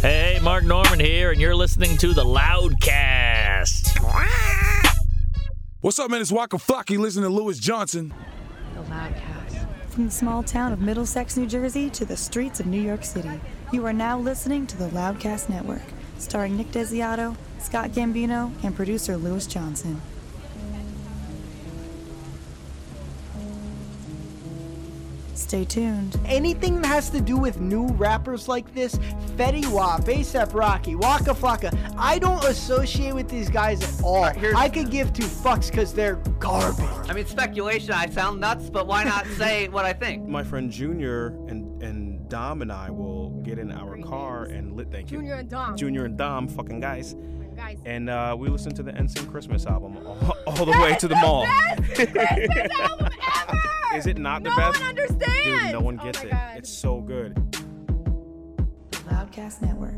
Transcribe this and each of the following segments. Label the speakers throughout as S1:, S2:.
S1: Hey, Mark Norman here, and you're listening to the Loudcast.
S2: What's up, man? It's Waka Flocka. Listen to Lewis Johnson.
S3: The Loudcast.
S4: From the small town of Middlesex, New Jersey to the streets of New York City, you are now listening to the Loudcast Network, starring Nick Desiato, Scott Gambino, and producer Lewis Johnson. Stay tuned.
S5: Anything that has to do with new rappers like this, Fetty Wap, ASAP Rocky, Waka Flocka, I don't associate with these guys at all.
S6: here's-
S5: I could give two fucks because they're garbage.
S6: I mean, speculation. I sound nuts, but why not say what I think?
S7: my friend Junior and and Dom and I will get in our car and lit. Thank you.
S8: Junior and Dom.
S7: Junior and Dom, fucking guys.
S8: Guys,
S7: And uh, we listened to the NSYNC Christmas album all, all the way to the mall.
S8: Christmas album ever!
S7: Is it not
S8: no
S7: the best?
S8: one understands.
S7: Dude, no one
S8: Oh
S7: gets
S8: my
S7: it.
S8: God.
S7: It's so good.
S4: Loudcast Network.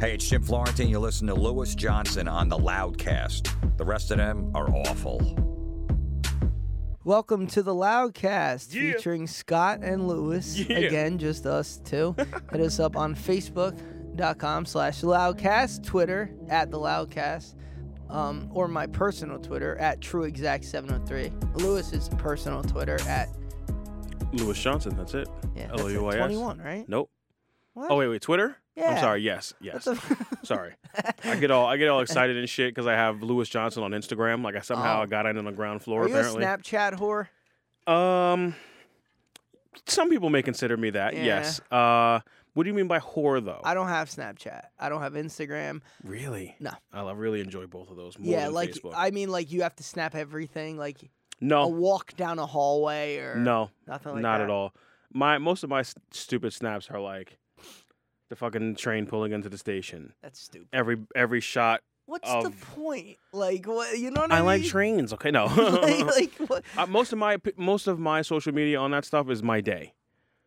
S9: Hey, it's Jim Florentine. You listen to Lewis Johnson on the Loudcast. The rest of them are awful.
S5: Welcome to the Loudcast featuring Scott and Lewis. Again, just us two. Hit us up on Facebook.com slash Loudcast, Twitter at the Loudcast, um, or my personal Twitter at TrueExact703. Lewis's personal Twitter at
S7: Lewis Johnson. That's it.
S5: yeah, that's it,
S7: L-O-U-I-S.
S5: 21, right?
S7: Nope.
S5: What?
S7: Oh wait, wait. Twitter?
S5: Yeah.
S7: I'm sorry. Yes, yes.
S5: What the-
S7: sorry. I get all I get all excited and shit because I have Lewis Johnson on Instagram. Like I somehow got in on the ground floor.
S5: Oh. Are you a
S7: apparently.
S5: Snapchat whore?
S7: Um, some people may consider me that.
S5: Yeah.
S7: Yes. Uh, what do you mean by whore though?
S5: I don't have Snapchat. I don't have Instagram.
S7: really.
S5: No.
S7: I love- really enjoy both of those. More
S5: yeah,
S7: than
S5: like
S7: Facebook.
S5: I mean, like you have to snap everything, like a
S7: no,
S5: walk down a hallway or
S7: no,
S5: nothing like
S7: not
S5: that.
S7: at all. My most of my s- stupid snaps are like the fucking train pulling into the station.
S5: That's stupid.
S7: Every every shot.
S5: What's
S7: Of-
S5: the point? Like what? You know what I,
S7: Um, I like
S5: mean?
S7: trains. Okay, no.
S5: like, like what?
S7: Uh, most of my p- most of my social media on that stuff is my day.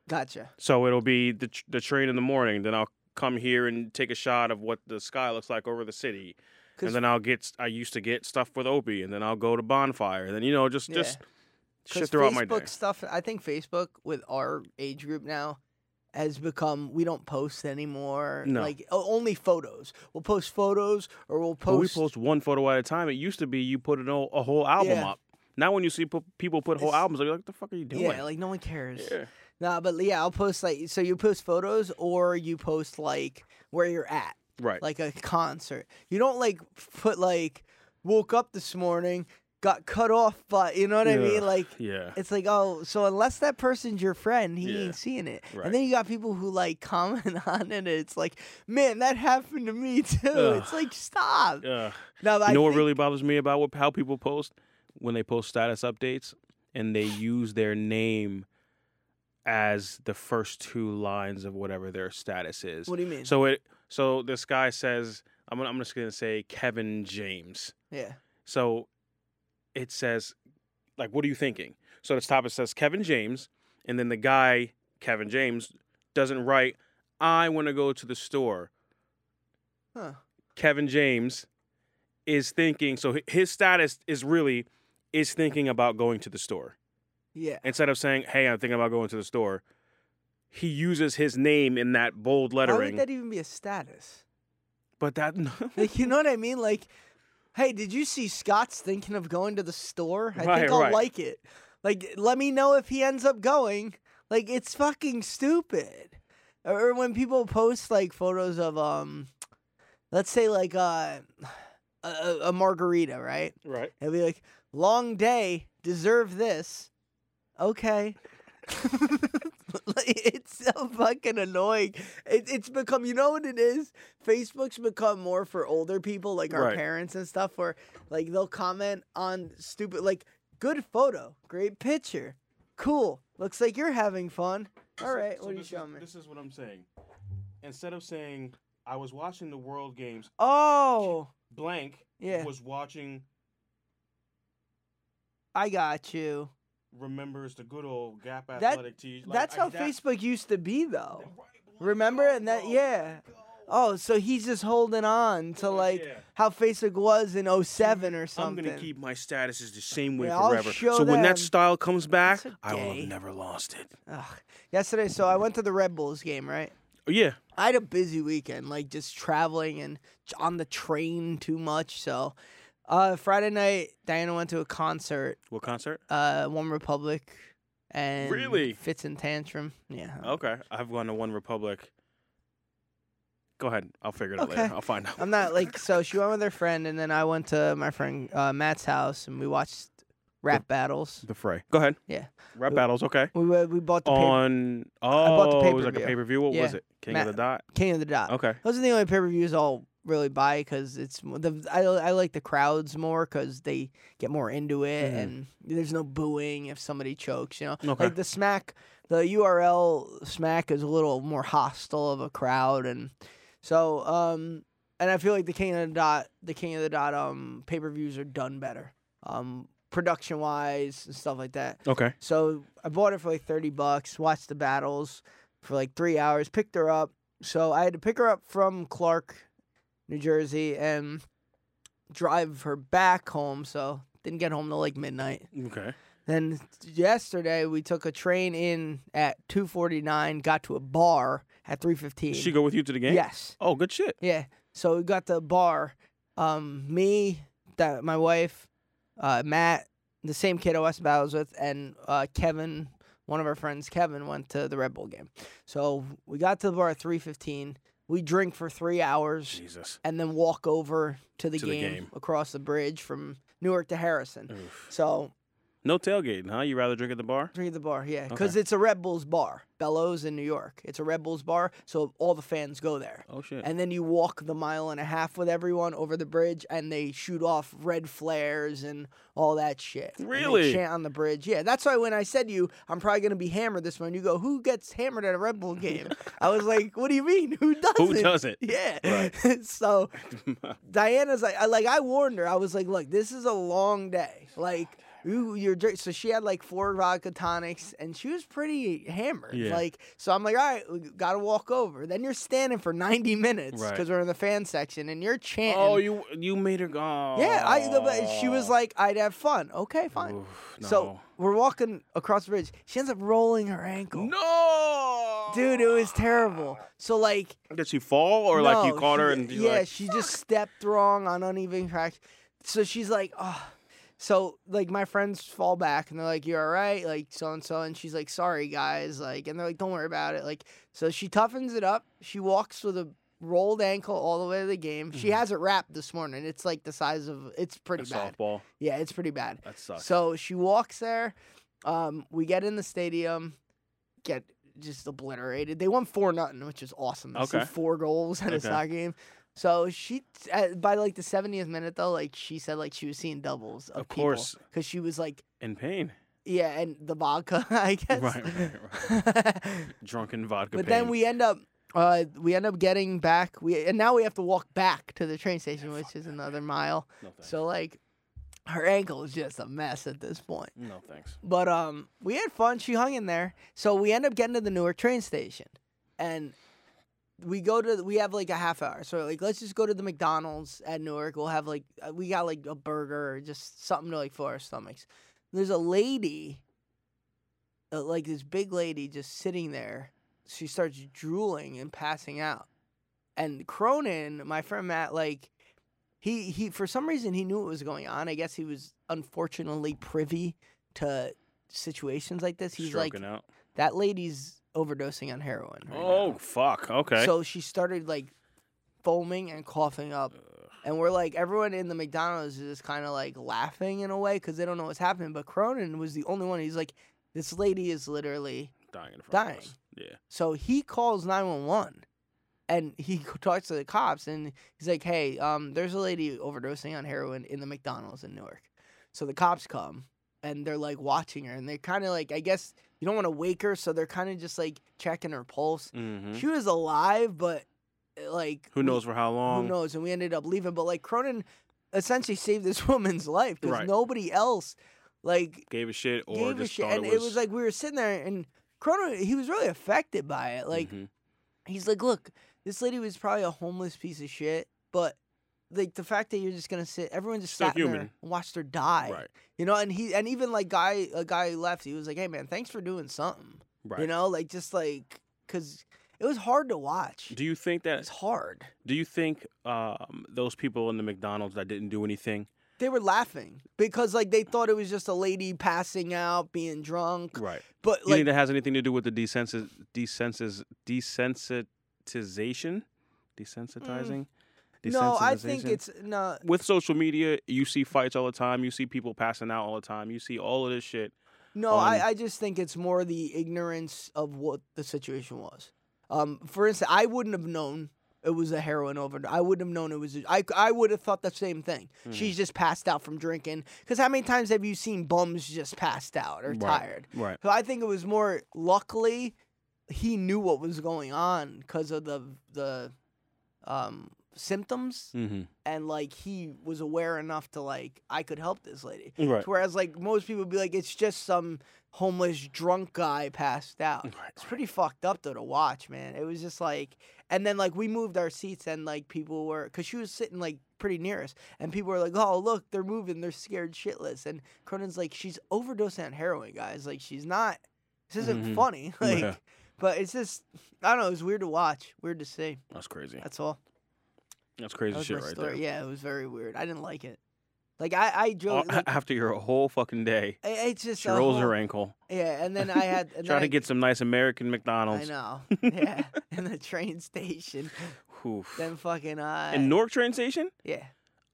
S5: Gotcha.
S7: So it'll be the tr- the train in the morning. Then I'll come here and take a shot of what the sky looks like over the city.
S5: 'Cause-
S7: and then I'll get I used to get stuff with Opie, and then I'll go to Bonfire, and then you know just
S5: Yeah.
S7: just
S5: 'Cause
S7: shit throughout my
S5: Facebook
S7: day.
S5: stuff. I think Facebook with our age group now has become we don't post anymore.
S7: No.
S5: Like o- only photos. We'll post photos or we'll
S7: But we
S5: post.
S7: post one photo at a time. It used to be you put an, o- a whole album
S5: Yeah.
S7: up. Now when you see p- people put whole
S5: It's-
S7: albums, up, you're like, "What the fuck are you doing?"
S5: yeah, like no one cares.
S7: Yeah.
S5: Nah, but yeah, I'll post like so you post photos or you post like where you're at,
S7: right.
S5: like a concert. You don't like put like woke up this morning, got cut off, but you know what I
S7: Ugh,
S5: mean? Like
S7: yeah.
S5: it's like oh, so unless that person's your friend, he
S7: Yeah.
S5: ain't seeing it.
S7: Right.
S5: And then you got people who like comment on it. And it's like, man, that happened to me too.
S7: Ugh.
S5: It's like stop.
S7: Ugh.
S5: No, but I
S7: you know what
S5: think-
S7: really bothers me about what, how people post when they post status updates and they use their name as the first two lines of whatever their status is.
S5: What do you mean?
S7: So it so this guy says I'm gonna, I'm just gonna say Kevin James.
S5: yeah,
S7: So it says, like, what are you thinking? So at the top it says Kevin James, and then the guy, Kevin James, doesn't write, I want to go to the store.
S5: huh?
S7: Kevin James is thinking, so hi- his status is really, is thinking about going to the store.
S5: Yeah,
S7: Instead of saying, hey, I'm thinking about going to the store, he uses his name in that bold
S5: why
S7: lettering.
S5: would that e-, even be a status?
S7: but that,
S5: Like, you know what I mean? Like, hey, did you see Scott's thinking of going to the store? I
S7: Right,
S5: think I'll
S7: right.
S5: like it. Like, let me know if he ends up going. Like, it's fucking stupid. Or or when people post like photos of um, let's say like uh, a, a a margarita, right?
S7: right.
S5: It'll be like long day, deserve this. Okay. Like, it's so fucking annoying. It, it's become, you know what it is? Facebook's become more for older people, like our
S7: Right.
S5: parents and stuff, where like they'll comment on stupid, like, good photo, great picture, cool. Looks like you're having fun. All right, what are you showing me?
S7: This is what I'm saying. Instead of saying, I was watching the World Games,
S5: Oh,
S7: blank
S5: Yeah.
S7: was watching
S5: I got you.
S7: remembers the good old Gap
S5: That-
S7: Athletic teach.
S5: That's how Facebook used to be, though. Remember? And that, yeah. Oh, so he's just holding on to like
S7: yeah.
S5: how Facebook was in 07 or
S7: I'm
S5: something.
S7: gonna keep my statuses the same way
S5: Yeah, I'll
S7: forever.
S5: show
S7: So when
S5: them.
S7: that style comes back,
S5: That's a
S7: I will
S5: gay.
S7: have never lost it.
S5: Ugh. Yesterday, so I went to the Red Bulls game, right?
S7: Yeah.
S5: I had a busy weekend, like just traveling and j- on the train too much. So, uh, Friday night, Diana went to a concert,
S7: What concert?
S5: uh, One Republic, and
S7: Really?
S5: Fits and Tantrum. Yeah.
S7: Okay. I've gone to One Republic. Go ahead. I'll figure it out
S5: Okay.
S7: later. I'll find out.
S5: I'm not like so. She went with her friend, and then I went to my friend uh, Matt's house, and we watched rap battles.
S7: the fray. Go ahead.
S5: Yeah.
S7: Rap
S5: Wh-
S7: battles. Okay.
S5: We wa- we bought the pay-
S7: On oh,
S5: bought the
S7: it was like a pay per
S5: pay-per-view.
S7: view. What was
S5: Yeah. Uh,
S7: it? King
S5: Ma-
S7: of the Dot.
S5: King of the Dot.
S7: Okay.
S5: Those are the only pay per views I'll really buy because it's mo- the I, I like the crowds more because they get more into it and there's no booing if somebody chokes. You know,
S7: Mm-hmm. Okay.
S5: like the smack, the URL smack is a little more hostile of a crowd, and so um and I feel like the King of the Dot, the King of the Dot um pay per views are done better, um production wise and stuff like that.
S7: Okay.
S5: So I bought it for like 30 bucks, watched the battles for like three hours, picked her up. So I had to pick her up from Clark, New Jersey, and drive her back home. So didn't get home till like midnight.
S7: Okay.
S5: Then yesterday we took a train in at 2:49, got to a bar at 3:15.
S7: Did she go with you to the game?
S5: Yes.
S7: Oh, good shit.
S5: Yeah. So we got the bar. Um, me, that my wife, uh, Matt, the same kid I was battles with, and uh, Kevin, one of our friends, Kevin, went to the Red Bull game. So we got to the bar at three fifteen. We drink for three hours
S7: Jesus.
S5: and then walk over to the,
S7: To the
S5: game,
S7: game.
S5: across the bridge from Newark to Harrison. So
S7: No tailgating, huh? You rather drink at the bar?
S5: Drink at the bar, yeah, because it's a Red Bulls bar, Bellows in New York. It's a Red Bulls bar, so all the fans go there.
S7: Oh, shit.
S5: And then you walk the mile and a half with everyone over the bridge, and they shoot off red flares and all that shit. And they
S7: Really?
S5: chant on the bridge, yeah. That's why when I said to you, I'm probably gonna be hammered this one. You go, who gets hammered at a Red Bull game? I was like, what do you mean? Who doesn't?
S7: doesn't?
S5: Yeah. so Diana's like, I like I warned her. I was like, look, this is a long day. Like you, you're drink. So she had like four vodka tonics, and she was pretty hammered.
S7: Yeah.
S5: Like so, I'm like, all right, we gotta walk over. Then you're standing for 90 minutes
S7: Right.
S5: because we're in the fan section, and you're chanting.
S7: Oh, you you made her go. Oh.
S5: Yeah, I, the- but she was like, I'd have fun. Okay, fine. So
S7: no.
S5: we're walking across the bridge. She ends up rolling her ankle.
S7: No.
S5: Dude, it was terrible. So like
S7: Did she fall or like you
S5: no,
S7: caught her
S5: she-
S7: and you
S5: yeah,
S7: like,
S5: she just stepped wrong on uneven tracks. So she's like, oh. So like my friends fall back and they're like, "You're all right," like so and so, and she's like, "Sorry guys," like, and they're like, "Don't worry about it." Like, so she toughens it up. She walks with a rolled ankle all the way to the game. She
S7: Mm-hmm.
S5: has it wrapped this morning. It's like the size of it's pretty bad.
S7: softball?
S5: Yeah, it's pretty bad.
S7: That sucks.
S5: So she walks there. Um, we get in the stadium, get just obliterated. They won four nothing, which is awesome. to see
S7: Okay.
S5: four goals in a
S7: Okay.
S5: soccer game. So she at, by like the 70th minute though, like she said, like she was seeing doubles of,
S7: Of course.
S5: because she was like,
S7: In pain.
S5: yeah, and the vodka, I guess.
S7: Right, right, Drunken vodka.
S5: but
S7: pain.
S5: then we end up. Uh, we end up getting back. We and now we have to walk back to the train station, which is another mile.
S7: No thanks.
S5: so like, her ankle is just a mess at this point.
S7: No thanks.
S5: But um, we had fun. She hung in there. So we end up getting to the Newark train station, and we go to we have like a half hour. So like, let's just go to the McDonald's at Newark. We'll have like uh, we got like a burger or just something to like for our stomachs. There's a lady, uh, like this big lady, just sitting there. She starts drooling and passing out. And Cronin, my friend Matt, like he he for some reason he knew what was going on. I guess he was unfortunately privy to situations like this. He's
S7: Stroking
S5: like
S7: out.
S5: that lady's overdosing on heroin. right now."
S7: Oh fuck. Okay.
S5: So she started like foaming and coughing up. And we're like, everyone in the McDonald's is just kind of like laughing in a way because they don't know what's happening. But Cronin was the only one. He's like, this lady is literally.
S7: dying in front
S5: dying.
S7: of us. Yeah.
S5: So he calls 911 and he talks to the cops and he's like, hey, um, there's a lady overdosing on heroin in the McDonald's in Newark. So the cops come and they're like watching her and they're kind of like, I guess you don't want to wake her. So they're kind of just like checking her pulse.
S7: Mm-hmm.
S5: She was alive, but uh, like
S7: Who
S5: we-
S7: knows for how long?
S5: Who knows? And we ended up leaving. But like Cronin essentially saved this woman's life because
S7: Right.
S5: nobody else like
S7: Gave a shit or
S5: gave a
S7: just
S5: shit.
S7: thought
S5: And
S7: it was,
S5: like we were sitting there and Cronin he was really affected by it. Like
S7: Mhm.
S5: he's like, look, this lady was probably a homeless piece of shit, but like the fact that you're just gonna sit, everyone just
S7: Still
S5: sat in there
S7: human.
S5: and watched her die.
S7: Right.
S5: You know, and he and even like guy a guy left, he was like, hey man, thanks for doing something.
S7: right.
S5: You know, like just like because It was hard to watch.
S7: Do you think
S5: It's
S7: that?
S5: hard.
S7: Do you think um, those people in the McDonald's that didn't do anything?
S5: They were laughing because like they thought it was just a lady passing out, being drunk.
S7: Right.
S5: But
S7: you think
S5: like
S7: that has anything to do with the desensis desensis desensitization, desensitizing?
S5: Mm. no, I think
S7: Desensitization?
S5: it's no.
S7: with social media. You see fights all the time. You see people passing out all the time. You see all of this shit.
S5: No,
S7: on-
S5: I, I just think it's more the ignorance of what the situation was. Um, for instance, I wouldn't have known it was a heroin overdose. I wouldn't have known it was. A, I I would have thought the same thing.
S7: Hmm.
S5: She's just passed out from drinking. Because how many times have you seen bums just passed out or tired?
S7: Right.
S5: So I think it was more. Luckily, he knew what was going on because of the the um, symptoms
S7: Mm-hmm.
S5: and like he was aware enough to like I could help this lady.
S7: Right.
S5: To Whereas like most people would be like it's just some homeless drunk guy passed out. It's pretty fucked up though to watch, man. It was just like and then like we moved our seats and like people were cuz she was sitting like pretty near us and people were like, "Oh, look, they're moving. They're scared shitless." And Cronin's like, "She's overdosing on heroin, guys. Like she's not this isn't
S7: Mhm.
S5: funny." Like
S7: Yeah.
S5: But it's just, I don't know. It was weird to watch, weird to see.
S7: That's crazy.
S5: That's all.
S7: That's crazy
S5: That was
S7: shit
S5: my
S7: right
S5: story.
S7: there.
S5: Yeah, it was very weird. I didn't like it. Like I, I
S7: All-
S5: joke. Like,
S7: after your whole fucking day,
S5: I- it's just
S7: she
S5: a
S7: rolls her
S5: whole-
S7: ankle,
S5: Yeah, and then I had and then
S7: trying to get some nice American
S5: I,
S7: McDonald's.
S5: I know. Yeah, in the train station.
S7: Oof.
S5: Then fucking uh.
S7: in Newark train station?
S5: yeah,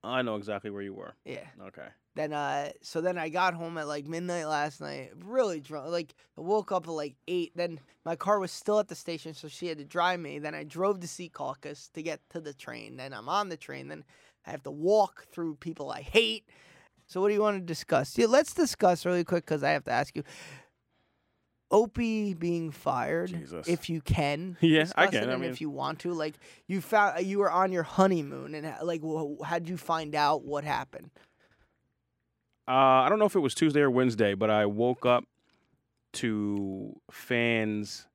S7: I know exactly where you were.
S5: yeah.
S7: Okay.
S5: Then uh, so then I got home at like midnight last night, really drunk. Like I woke up at like eight. Then my car was still at the station, so she had to drive me. Then I drove to Sea Caucus to get to the train. Then I'm on the train. Then I have to walk through people I hate. So what do you want to discuss? Yeah, let's discuss really quick because I have to ask you. Opie being fired,
S7: Jesus.
S5: if you can.
S7: Yeah, I
S5: discuss
S7: can,
S5: It,
S7: I
S5: and
S7: mean-
S5: if you want to, like you found you were on your honeymoon, and like, wh- how'd you find out what happened?
S7: Uh, I don't know if it was Tuesday or Wednesday, but I woke up to fans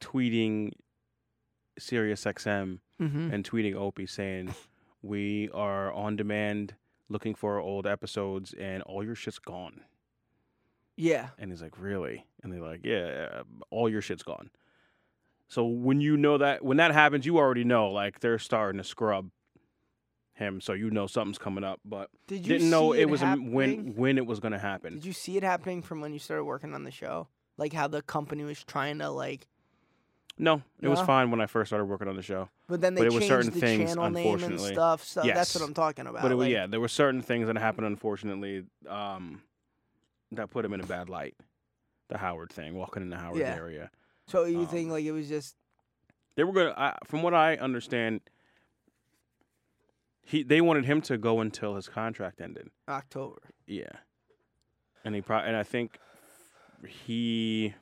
S7: tweeting SiriusXM
S5: Mm-hmm.
S7: and tweeting Opie saying, "We are on demand, looking for old episodes, and all your shit's gone."
S5: Yeah.
S7: And he's like, "Really?" And they're like, "Yeah, uh, all your shit's gone." So when you know that when that happens, you already know like they're starting to scrub him, so you know something's coming up. But
S5: Did you
S7: didn't know
S5: see
S7: it, was a- when
S5: happening?
S7: when it was going to happen.
S5: Did you see it happening from when you started working on the show? Like how the company was trying to like,
S7: no, it was
S5: No?
S7: fine when I first started working on the show.
S5: but then they
S7: But it was
S5: changed
S7: certain
S5: the
S7: things,
S5: channel name and
S7: unfortunately.
S5: stuff. So that's
S7: Yes.
S5: what I'm talking about.
S7: but it, wa-
S5: like,
S7: yeah, there were certain things that happened, unfortunately, um, that put him in a bad light. The Howard thing, walking in the Howard
S5: Yeah.
S7: area.
S5: So you
S7: um,
S5: think like it was just
S7: They were gonna, I, from what I understand, he they wanted him to go until his contract ended.
S5: October?
S7: Yeah, and he probably, and I think he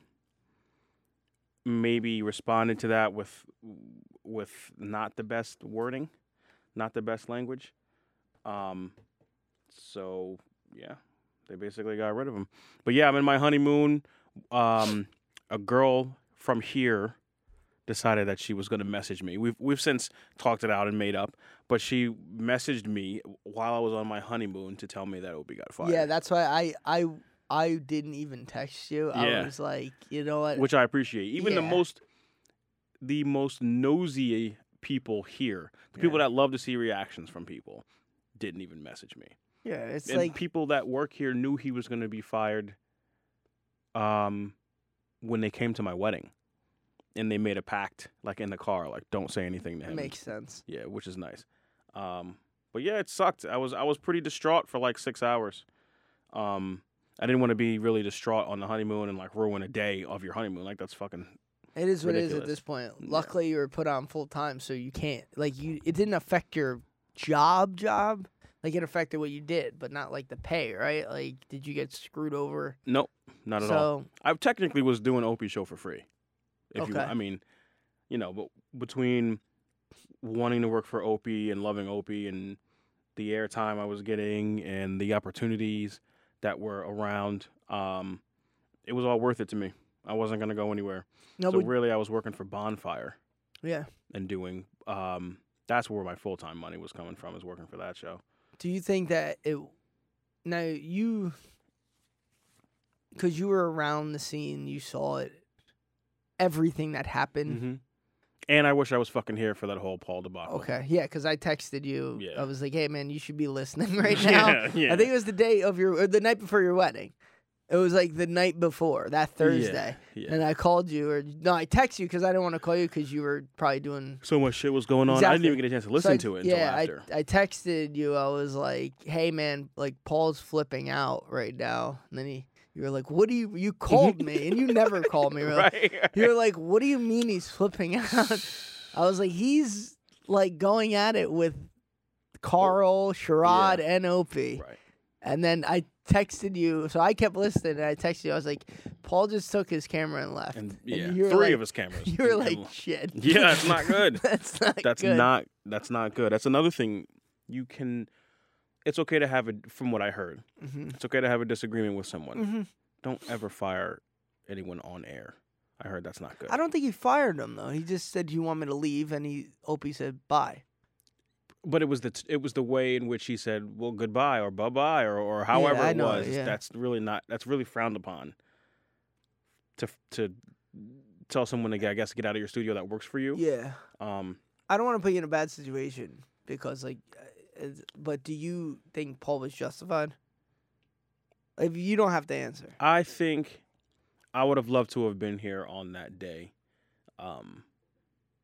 S7: maybe responded to that with with not the best wording, not the best language. Um, so yeah, they basically got rid of him. But yeah, I'm in my honeymoon. Um, a girl from here decided that she was going to message me. We've we've since talked it out and made up, but she messaged me while I was on my honeymoon to tell me that Obi got fired.
S5: Yeah, that's why I I I didn't even text you.
S7: Yeah.
S5: I was like, you know what?
S7: which I appreciate. Even the
S5: Uh, Yeah.
S7: most, the most nosy people here, the people that love to see reactions from people, didn't even message me.
S5: yeah, it's
S7: and
S5: like
S7: people that work here knew he was going to be fired. Um, when they came to my wedding, and they made a pact, like in the car, like don't say anything to him.
S5: makes sense.
S7: yeah, which is nice. Um, but yeah, it sucked. I was I was pretty distraught for like six hours. Um, I didn't want to be really distraught on the honeymoon and like ruin a day of your honeymoon. Like that's fucking
S5: It is what it is
S7: ridiculous.
S5: at this point.
S7: Yeah.
S5: Luckily, you were put on full time, so you can't like you. It didn't affect your job, job. Like it affected what you did, but not like the pay, right? Like, did you get screwed over?
S7: Nope, not at
S5: so
S7: all. I technically was doing Opie show for free. If you,
S5: Okay.
S7: I mean, you know, but between wanting to work for Opie and loving Opie and the airtime I was getting and the opportunities that were around, um, it was all worth it to me. I wasn't gonna go anywhere.
S5: no,
S7: so
S5: but,
S7: really, I was working for Bonfire
S5: yeah.
S7: and doing. Um, that's where my full time money was coming from. Is working for that show.
S5: Do you think that it? Now you, Mm. because you were around the scene, you saw it, everything that happened.
S7: And I wish I was fucking here for that whole Paul debacle.
S5: Okay, yeah, because I texted you.
S7: Yeah.
S5: I was like, "Hey, man, you should be listening right
S7: Yeah,
S5: now."
S7: yeah.
S5: I think it was the day of your, or the night before your wedding. It was like the night before that Thursday,
S7: yeah.
S5: and I called you, or no, I texted you because I didn't want to call you because you were probably doing.
S7: So much shit was going on. I didn't
S5: Exactly.
S7: even get a chance to
S5: So
S7: listen
S5: I-
S7: to it until
S5: Yeah, I-
S7: after.
S5: I, texted you. I was like, "Hey, man, like Paul's flipping out right now," and then he. You were like, "What do you?" You called me, and you never called me. Really.
S7: right.
S5: You were like, "What do you mean he's flipping out?" I was like, "He's like going at it with Carl, Sherrod, and Opie."
S7: Oh, Right.
S5: And then I texted you, so I kept listening, and I texted you. I was like, "Paul just took his camera and left."
S7: And yeah,
S5: you were
S7: three
S5: like-
S7: of his cameras.
S5: You were
S7: And-
S5: like,
S7: and-
S5: "Shit."
S7: yeah, that's not good.
S5: that's not.
S7: that's
S5: good.
S7: not that's not good. That's another thing. You can. It's okay to have a. From what I heard,
S5: Mhm.
S7: it's okay to have a disagreement with someone.
S5: Mhm.
S7: Don't ever fire anyone on air. I heard that's not good.
S5: I don't think he fired him though. He just said, "You want me to leave?" And he Opie said, "Bye."
S7: But it was the t- it was the way in which he said, "Well, goodbye" or "bye bye" or or however
S5: I
S7: it
S5: know,
S7: was.
S5: yeah.
S7: That's really not. That's really frowned upon. To f- to tell someone to I guess get out of your studio that works for you.
S5: Yeah,
S7: Um.
S5: I don't want to put you in a bad situation because, like, uh, it's- but do you think Paul was justified? If you don't have to answer,
S7: I think I would have loved to have been here on that day, um,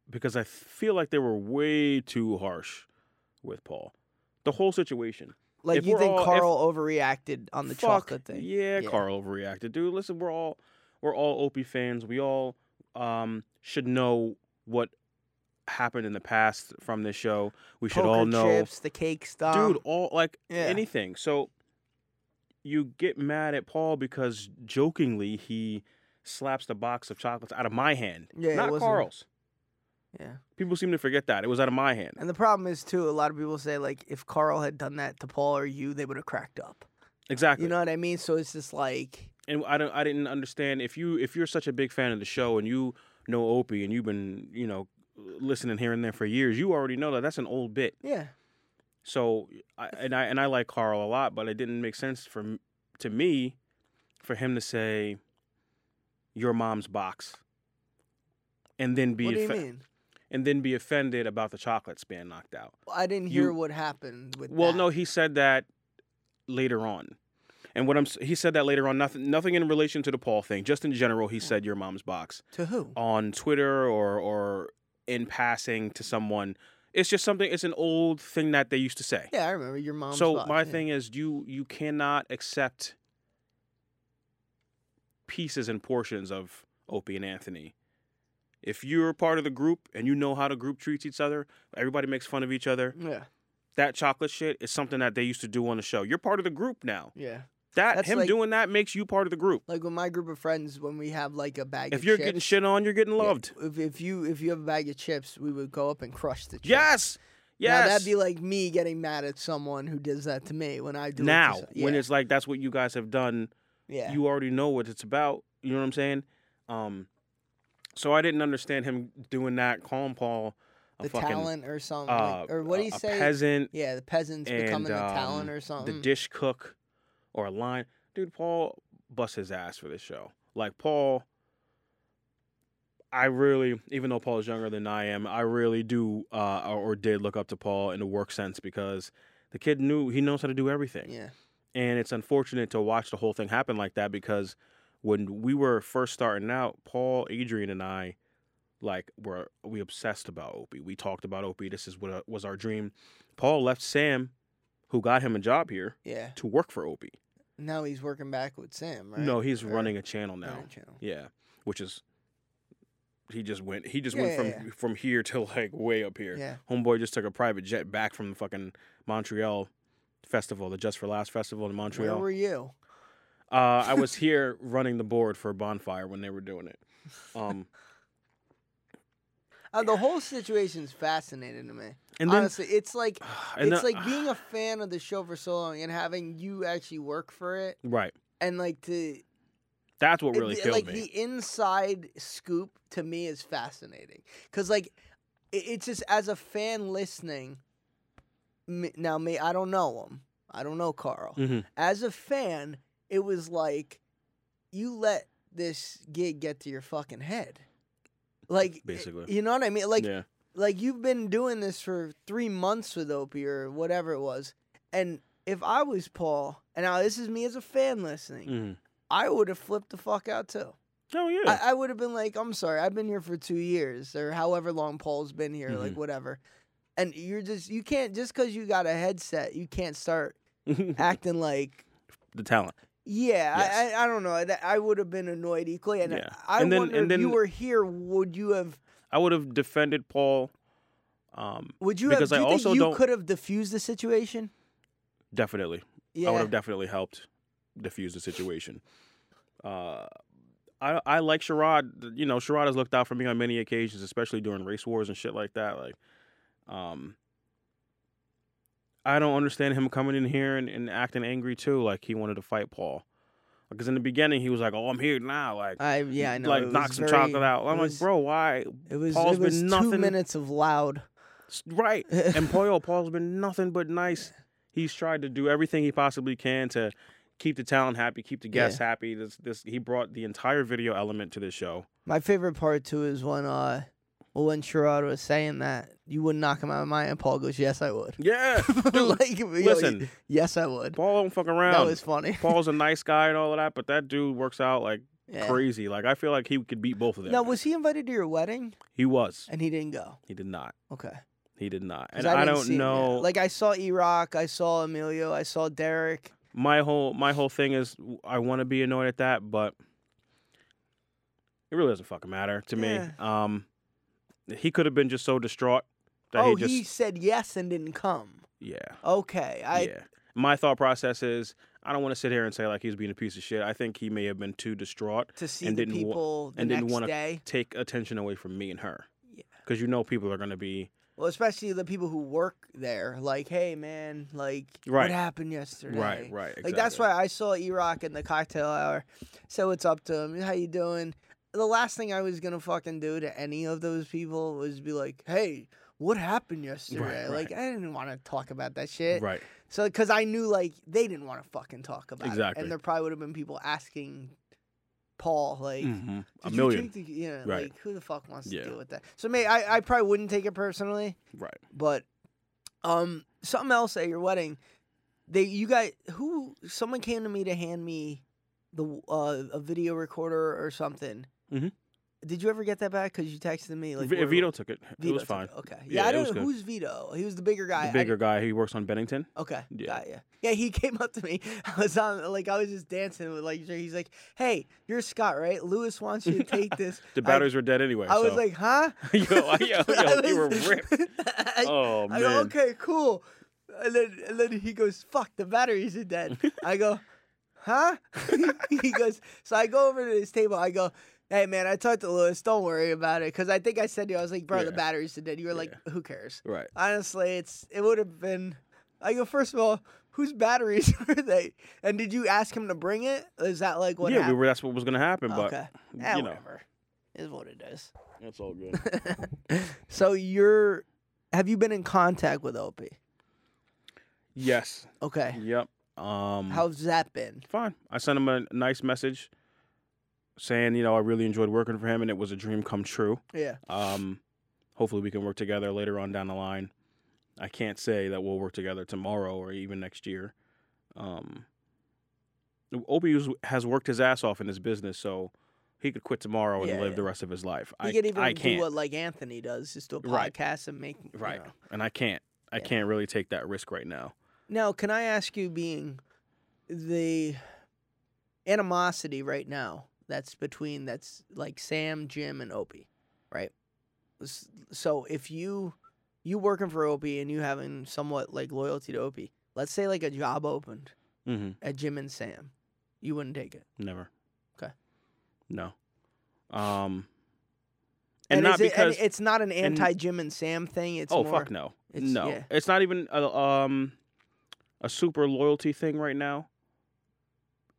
S7: because I feel like they were way too harsh with Paul. The whole situation.
S5: like,
S7: If
S5: you
S7: we're
S5: think
S7: all- if-
S5: Carl overreacted on the
S7: Fuck,
S5: chocolate thing?
S7: Yeah,
S5: Yeah.
S7: Carl overreacted, dude. Listen, we're all we're all Opie fans. We all um, should know what happened in the past from this show. We should all
S5: Poker
S7: know,
S5: chips, the cake stuff.
S7: dude. All like
S5: yeah.
S7: anything. So you get mad at Paul because jokingly he slaps the box of chocolates out of my hand,
S5: Yeah, it
S7: not
S5: wasn't-
S7: Carl's.
S5: yeah.
S7: People seem to forget that it was out of my hand.
S5: And the problem is too. A lot of people say like, if Carl had done that to Paul or you, they would have cracked up.
S7: Exactly.
S5: You know what I mean? So it's just like,
S7: and I don't I didn't understand if you if you're such a big fan of the show and you know Opie and you've been you know listening here and there for years, you already know that that's an old bit.
S5: yeah,
S7: So I, and I and I like Carl a lot, but it didn't make sense for m- to me for him to say your mom's box and then be
S5: what do you
S7: offe-
S5: mean?
S7: and then be offended about the chocolates being knocked out.
S5: I didn't
S7: You-
S5: hear what happened with.
S7: Well,
S5: that.
S7: no, he said that later on. And what I'm s- he said that later on nothing nothing in relation to the Paul thing. Just in general,
S5: Mm.
S7: he said your mom's box
S5: to who?
S7: on Twitter or or in passing to someone. It's just something it's an old thing that they used to say.
S5: Yeah, I remember your mom.
S7: so my thing is you you cannot accept pieces and portions of Opie and Anthony. If you're part of the group and you know how the group treats each other, everybody makes fun of each other
S5: Yeah,
S7: that chocolate shit is something that they used to do on the show. You're part of the group now.
S5: yeah.
S7: That
S5: That's
S7: him
S5: like-
S7: doing that makes you part of the group.
S5: Like with my group of friends, when we have like a bag.
S7: If
S5: of
S7: you're
S5: chips,
S7: getting shit on, you're getting
S5: yeah,
S7: loved.
S5: if, if you if you have a bag of chips, we would go up and crush the chips.
S7: Yes. Yes.
S5: Now that'd be like me getting mad at someone who does that to me when I do.
S7: now
S5: it to, so-
S7: when
S5: yeah,
S7: it's like that's what you guys have done,
S5: yeah.
S7: you already know what it's about. You know what I'm saying? Um so I didn't understand him doing that, calling Paul a
S5: the
S7: fucking
S5: talent or something,
S7: uh,
S5: like, or what
S7: a,
S5: do you
S7: a
S5: say?
S7: peasant
S5: yeah, the peasants
S7: and
S5: becoming the talent
S7: um,
S5: or something.
S7: The dish cook or a line. Dude, Paul busts his ass for this show. Like Paul I really, even though Paul's younger than I am, I really do uh, or or did look up to Paul in the work sense because the kid knew he knows how to do everything.
S5: yeah,
S7: And it's unfortunate to watch the whole thing happen like that because when we were first starting out, Paul, Adrian, and I, like, were we obsessed about Opie. We talked about Opie. This is what uh, was our dream. Paul left Sam, who got him a job here,
S5: yeah.
S7: to work for Opie.
S5: Now he's working back with Sam, right?
S7: No, he's
S5: Or-
S7: running a channel now.
S5: Running channel.
S7: Yeah, which is he just went. He just
S5: Yeah,
S7: went from
S5: yeah, yeah.
S7: from here to like way up here.
S5: Yeah.
S7: Homeboy just took a private jet back from the fucking Montreal festival, the Just for Last festival in
S5: Where
S7: Montreal.
S5: were you?
S7: Uh, I was here running the board for Bonfire when they were doing it. Um,
S5: Uh, the whole situation's fascinating to me.
S7: and then,
S5: Honestly, it's like
S7: and
S5: it's
S7: then-
S5: like being a fan of the show for so long and having you actually work for it
S7: right.
S5: and like to
S7: That's what
S5: it-
S7: really
S5: it-
S7: killed
S5: like
S7: me.
S5: the inside scoop to me is fascinating because like it, it's just as a fan listening m- now me i don't know him i don't know carl
S7: Mhm.
S5: as a fan it was like you let this gig get to your fucking head Like
S7: Basically.
S5: you know what I mean? Like
S7: yeah.
S5: like you've been doing this for three months with Opie or whatever it was, and if I was Paul, and now this is me as a fan listening,
S7: Mhm.
S5: I would have flipped the fuck out too.
S7: Oh yeah.
S5: I, I would have been like, I'm sorry, I've been here for two years or however long Paul's been here,
S7: Mm-hmm.
S5: like whatever. And you're just you can't just because you got a headset, you can't start acting like
S7: the talent.
S5: yeah,
S7: Yes.
S5: I, I I don't know. That- I would have been annoyed equally, and
S7: Yeah.
S5: I, I
S7: And then-
S5: wonder
S7: and
S5: if you
S7: then-
S5: were here, would you have?
S7: I would have defended Paul. Um,
S5: Would you
S7: Because I
S5: have? Do you
S7: also
S5: think you
S7: don't-
S5: could have diffused the situation?
S7: definitely.
S5: Yeah,
S7: I would have definitely helped diffuse the situation. Uh, I I like Sherrod. You know, Sherrod has looked out for me on many occasions, especially during race wars and shit like that. Like, um, I don't understand him coming in here and, and acting angry too. Like he wanted to fight Paul, because in the beginning he was like, "Oh, I'm here now." Like,
S5: I yeah, I know.
S7: like
S5: it
S7: knock
S5: was
S7: some
S5: very-
S7: chocolate out. I'm
S5: it was,
S7: like, bro, why?
S5: It was,
S7: Paul's
S5: it was
S7: been
S5: two
S7: nothing-
S5: minutes of loud.
S7: S- Right. and Pollo Paul's been nothing but nice. He's tried to do everything he possibly can to keep the talent happy, keep the guests happy. This this he brought the entire video element to this show.
S5: My favorite part too is when uh, well, when Sherrod was saying that you wouldn't knock him out of mind, and Paul goes, "Yes, I would."
S7: Yeah. Dude,
S5: like, yo,
S7: listen.
S5: yes, I would.
S7: Paul don't fuck around.
S5: That was funny.
S7: Paul's a nice guy and all of that, but that dude works out like
S5: Yeah.
S7: crazy. Like I feel like he could beat both of them.
S5: Now, was he invited to your wedding
S7: he was.
S5: and he didn't go?
S7: He did not.
S5: Okay. 'Cause
S7: He did not. And
S5: I,
S7: I,
S5: didn't
S7: don't
S5: see him yet.
S7: know
S5: Like I saw E Rock, I saw Emilio, I saw Derek.
S7: my whole my whole thing is w- I want to be annoyed at that, but it really doesn't fucking matter to
S5: Yeah.
S7: me. Um, he could have been just so distraught that
S5: oh,
S7: he just
S5: he said yes and didn't come.
S7: yeah
S5: Okay, I
S7: yeah. My thought process is I don't want to sit here and say like he's being a piece of shit. I think he may have been too distraught
S5: to see
S7: and
S5: the
S7: didn't wa-
S5: people the
S7: and
S5: next
S7: didn't wanna
S5: day.
S7: take attention away from me and her.
S5: Yeah.
S7: Because you know people are gonna be
S5: Well, especially the people who work there. Like, hey, man, like, what
S7: Right.
S5: happened yesterday?
S7: right, right. Exactly.
S5: Like that's why I saw E Rock in the cocktail hour. So what's up to him? How you doing? The last thing I was gonna fucking do to any of those people was be like, "Hey, what happened yesterday?"
S7: right.
S5: Like I didn't want to talk about that shit.
S7: right.
S5: So because I knew like they didn't want to fucking talk about it,
S7: Exactly.
S5: and there probably would have been people asking Paul like,
S7: Mhm. A
S5: "Did you
S7: million.
S5: drink the-" you know,
S7: Right.
S5: like who the fuck wants
S7: Yeah.
S5: to deal with that?" So may I, I probably wouldn't take it personally
S7: Right.
S5: but um something else at your wedding they you guys who someone came to me to hand me the uh, a video recorder or something
S7: Mhm.
S5: did you ever get that back because you texted me like
S7: V-
S5: where-
S7: Vito took it.
S5: Vito
S7: it was
S5: took
S7: fine.
S5: okay yeah,
S7: Yeah,
S5: i
S7: it
S5: don't
S7: was
S5: know
S7: good.
S5: who's vito he was the bigger guy I
S7: The bigger guy, he works on Bennington.
S5: Okay. Yeah.
S7: Yeah.
S5: Got ya. Yeah, he came up to me. I was on, like, I was just dancing with, like, he's like, hey, you're Scott, right? Lewis wants you to take this.
S7: The
S5: I-
S7: batteries were dead anyway.
S5: I was
S7: so-
S5: like, huh?
S7: Yo, yo, yo,
S5: I
S7: you were
S5: was-
S7: ripped.
S5: I-
S7: Oh
S5: I
S7: man.
S5: go, okay, cool. And then, and then he goes, fuck, the batteries are dead. I go, huh? he goes, so I go over to his table. I go, hey, man, I talked to Lewis. Don't worry about it. Because I think I said to you, I was like, bro, the
S7: Yeah.
S5: batteries are dead. You were like, who cares?
S7: Right.
S5: Honestly, it's it would have been. I go, first of all, whose batteries are they? And did you ask him to bring it? Is that like what
S7: yeah,
S5: happened?
S7: we were. That's what was gonna happen, but
S5: okay.
S7: you
S5: Eh,
S7: know.
S5: whatever. Is what it is.
S7: that's all good.
S5: So you're. Have you been in contact with Opie?
S7: yes.
S5: Okay.
S7: Yep. Um.
S5: How's that been?
S7: fine? I sent him a nice message, saying you know I really enjoyed working for him and it was a dream come true.
S5: Yeah.
S7: Um. Hopefully we can work together later on down the line. I can't say that we'll work together tomorrow or even next year. Um. Obi was- has worked his ass off in his business, so he could quit tomorrow and
S5: Yeah,
S7: live
S5: yeah.
S7: the rest of his life.
S5: He
S7: I
S5: could even
S7: I
S5: do
S7: can't.
S5: what like Anthony does, just do a podcast
S7: Right.
S5: and make you
S7: Right.
S5: know.
S7: And I can't. I can't really take that risk right now.
S5: Now, can I ask you, being the animosity right now that's between that's like Sam, Jim, and Opie, right? S- So if you you working for Opie and you having somewhat like loyalty to Opie, let's say like a job opened
S7: Mm-hmm.
S5: at Jim and Sam, you wouldn't take it.
S7: Never.
S5: 'Kay.
S7: No. Um. And, not
S5: is it-
S7: because.
S5: it's not an
S7: and-
S5: anti Jim and Sam thing. It's
S7: oh
S5: more,
S7: fuck no.
S5: it's-
S7: no.
S5: yeah.
S7: It's not even a, um a super loyalty thing right now.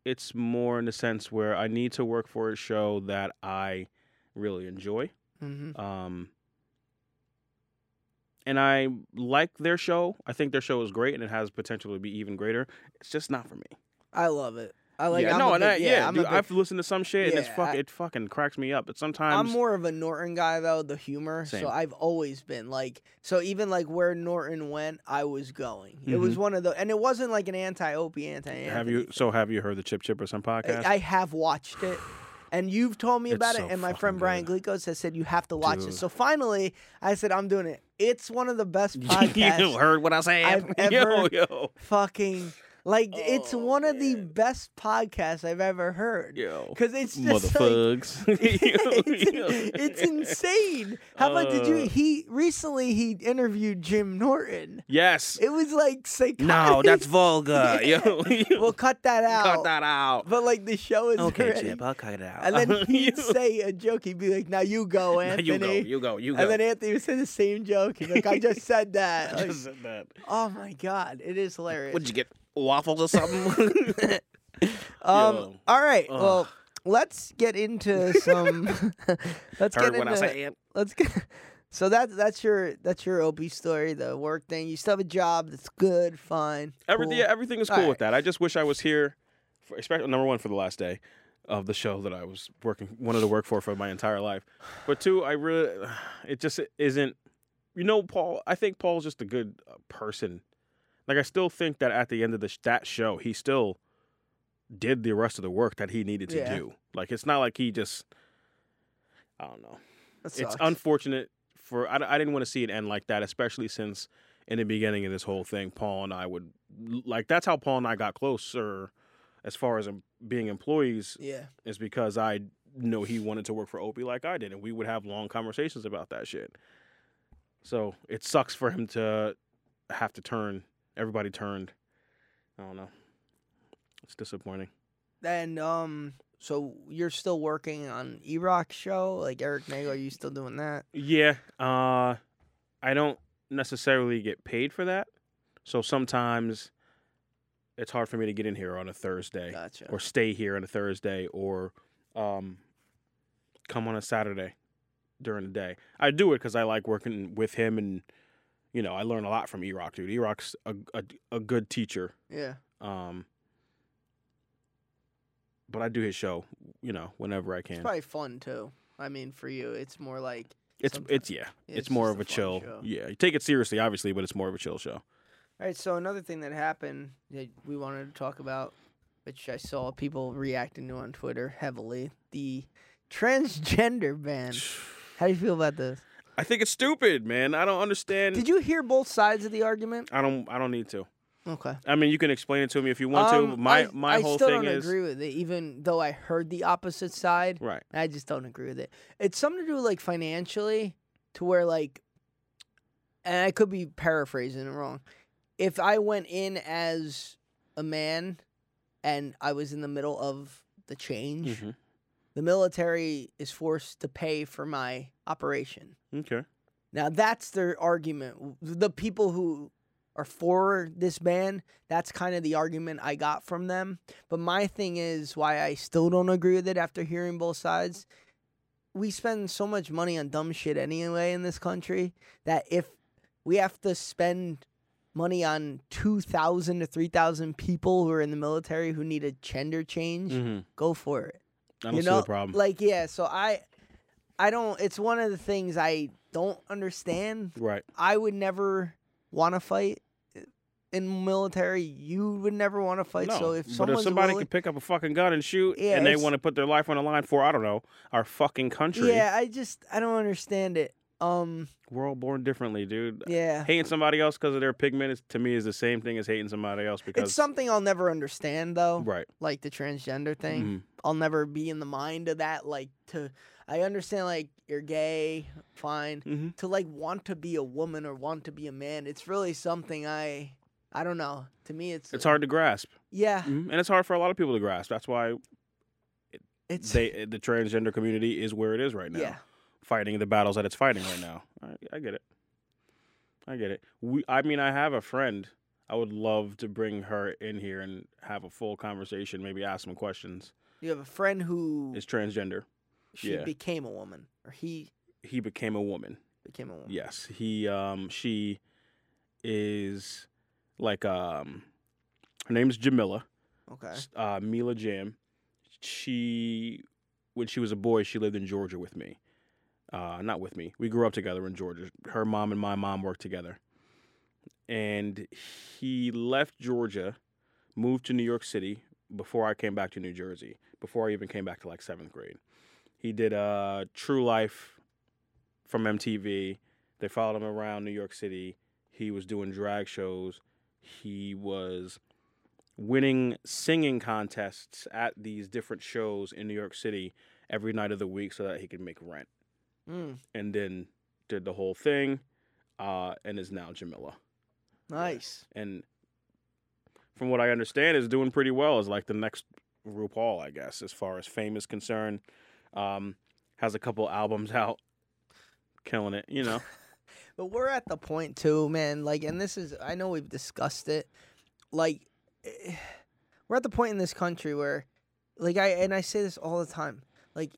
S7: It's more in the sense where I need to work for a show that I really enjoy.
S5: hmm
S7: Um, and I like their show. I think their show is great, and it has potential to be even greater. It's just not for me.
S5: I love it. I like.
S7: yeah,
S5: I'm
S7: no,
S5: a
S7: and
S5: big-
S7: I, yeah,
S5: I'm a
S7: dude,
S5: big-
S7: I've listened to some shit and it's
S5: Yeah,
S7: fuck,
S5: I-
S7: it fucking cracks me up. But sometimes
S5: I'm more of a Norton guy though, the humor.
S7: Same.
S5: So I've always been like, so even like where Norton went, I was going. It was one of the, and it wasn't like an anti-Opie, anti.
S7: Mm-hmm. have you so have you heard the Chip Chipperson podcast?
S5: I, I have watched it, and you've told me
S7: It's
S5: about
S7: so
S5: it. And my friend
S7: fucking
S5: Brian Glikos has said you have to watch
S7: Dude.
S5: it. So finally, I said I'm doing it. It's one of the best
S7: you
S5: podcasts.
S7: heard what I said?
S5: I've
S7: yo,
S5: ever-
S7: yo,
S5: fucking like it's
S7: Oh,
S5: one of the best podcasts I've ever heard.
S7: yo,
S5: Because it's just like,
S7: motherfugs.
S5: it's,
S7: Yo, yo.
S5: it's insane. How about did you?
S7: Uh.
S5: He recently he interviewed Jim Norton.
S7: Yes.
S5: It was like psychotic.
S7: No, that's vulgar. Yo, yo,
S5: We'll cut that out.
S7: cut that out.
S5: But like the show is
S7: Okay,
S5: already-
S7: Chip, I'll cut it out.
S5: And then he'd
S7: Yo.
S5: say a joke. He'd be like, "Now you go,
S7: Now
S5: Anthony."
S7: you go, you go, you go.
S5: And then Anthony would say the same joke. He's like, "I just said that." Like,
S7: Just said that.
S5: oh my god, it is hilarious.
S7: What'd you get? Waffles or something?
S5: um,
S7: Yo.
S5: all right, well, let's get into some. let's
S7: Heard
S5: get
S7: what I
S5: into.
S7: said.
S5: Let's get. So that that's your that's your OP story, the work thing. You still have a job that's good, fine.
S7: Everything,
S5: cool.
S7: yeah, everything is cool
S5: Alright.
S7: with that. I just wish I was here, for, especially number one for the last day of the show that I was working wanted to work for for my entire life. But two, I really, it just isn't. You know, Paul. I think Paul's just a good uh, person. Like I still think that at the end of the sh- that show, he still did the rest of the work that he needed to
S5: Yeah.
S7: do. Like it's not like he just. I don't know
S5: That
S7: it's
S5: sucks.
S7: unfortunate for I, I didn't want to see it end like that, especially since in the beginning of this whole thing, Paul and I would like that's how Paul and I got closer as far as um, being employees
S5: yeah.
S7: is because I know he wanted to work for Opie like I did, and we would have long conversations about that shit. So it sucks for him to have to turn. Everybody turned. I don't know. It's disappointing.
S5: And um, so you're still working on E Rock show, like Eric Nagel. Are you still doing that?
S7: Yeah. Uh I don't necessarily get paid for that. So sometimes it's hard for me to get in here on a Thursday
S5: Gotcha.
S7: or stay here on a Thursday or um come on a Saturday during the day. I do it cuz I like working with him and you know, I learn a lot from E-Rock, dude. E-Rock's a, a, a good teacher.
S5: Yeah.
S7: Um but I do his show, you know, whenever I
S5: It's
S7: can.
S5: probably fun too. I mean, for you, it's more like
S7: It's
S5: sometimes.
S7: it's yeah.
S5: Yeah,
S7: It's,
S5: it's
S7: more
S5: just
S7: of
S5: a
S7: a
S5: fun
S7: chill.
S5: show.
S7: Yeah, you take it seriously, obviously, but it's more of a chill show.
S5: All right. So another thing that happened that we wanted to talk about, which I saw people reacting to on Twitter heavily, the transgender ban. How do you feel about this?
S7: I think it's stupid, man. I don't understand.
S5: Did you hear both sides of the argument?
S7: I don't. I don't need to.
S5: Okay.
S7: I mean, you can explain it to me if you want to.
S5: Um,
S7: But my
S5: I,
S7: my
S5: I
S7: whole
S5: still
S7: thing
S5: don't
S7: is
S5: agree with it, even though I heard the opposite side.
S7: right.
S5: I just don't agree with it. It's something to do with like financially, to where like, and I could be paraphrasing it wrong. If I went in as a man, and I was in the middle of the change,
S7: Mhm.
S5: the military is forced to pay for my operation.
S7: Okay.
S5: Now that's their argument. The people who are for this ban, that's kind of the argument I got from them. But my thing is why I still don't agree with it after hearing both sides. We spend so much money on dumb shit anyway in this country that if we have to spend money on 2,000 to 3,000 people who are in the military who need a gender change,
S7: hmm
S5: go for it
S7: I don't
S5: you
S7: see
S5: know,
S7: the problem.
S5: Like, yeah, so I, I don't. It's one of the things I don't understand.
S7: right.
S5: I would never want to fight in military. You would never want to fight.
S7: No.
S5: So if
S7: but if
S5: someone's
S7: somebody
S5: willing-
S7: can pick up a fucking gun and shoot,
S5: Yeah,
S7: and they
S5: it's-
S7: want to put their life on the line for I don't know our fucking country,
S5: yeah, I just I don't understand it. Um,
S7: we're all born differently, dude.
S5: yeah,
S7: Hating somebody else because of their pigment is, to me is the same thing as hating somebody else because
S5: it's something I'll never understand though.
S7: right.
S5: Like the transgender thing.
S7: Mhm.
S5: I'll never be in the mind of that. Like to, I understand like you're gay, fine.
S7: Mhm.
S5: To like want to be a woman or want to be a man, it's really something I, I don't know. To me, it's
S7: It's hard to grasp.
S5: Yeah,
S7: Mhm. And it's hard for a lot of people to grasp. That's why
S5: it's
S7: they the transgender community is where it is right now,
S5: yeah.
S7: fighting the battles that it's fighting right now. I, I get it. I get it. We, I mean, I have a friend. I would love to bring her in here and have a full conversation. Maybe ask some questions.
S5: You have a friend who
S7: Is transgender?
S5: she
S7: yeah.
S5: became a woman, or he
S7: He became a woman.
S5: became a woman.
S7: Yes, he. Um, she is like um, her name's Jamila.
S5: Okay.
S7: uh, Mila Jam. She, when she was a boy, she lived in Georgia with me. Uh, not with me. We grew up together in Georgia. Her mom and my mom worked together. And he left Georgia, moved to New York City before I came back to New Jersey, before I even came back to like seventh grade. He did uh, True Life from MTV. They followed him around New York City. He was doing drag shows. He was winning singing contests at these different shows in New York City every night of the week so that he could make rent.
S5: Mm,
S7: And then did the whole thing uh, and is now Jamila.
S5: nice.
S7: And from what I understand, is doing pretty well as like the next RuPaul, I guess, as far as fame is concerned. Um, has a couple albums out, killing it, you know.
S5: But we're at the point too, man. Like, and this is, I know we've discussed it. Like, eh, we're at the point in this country where, like, I, and I say this all the time, like,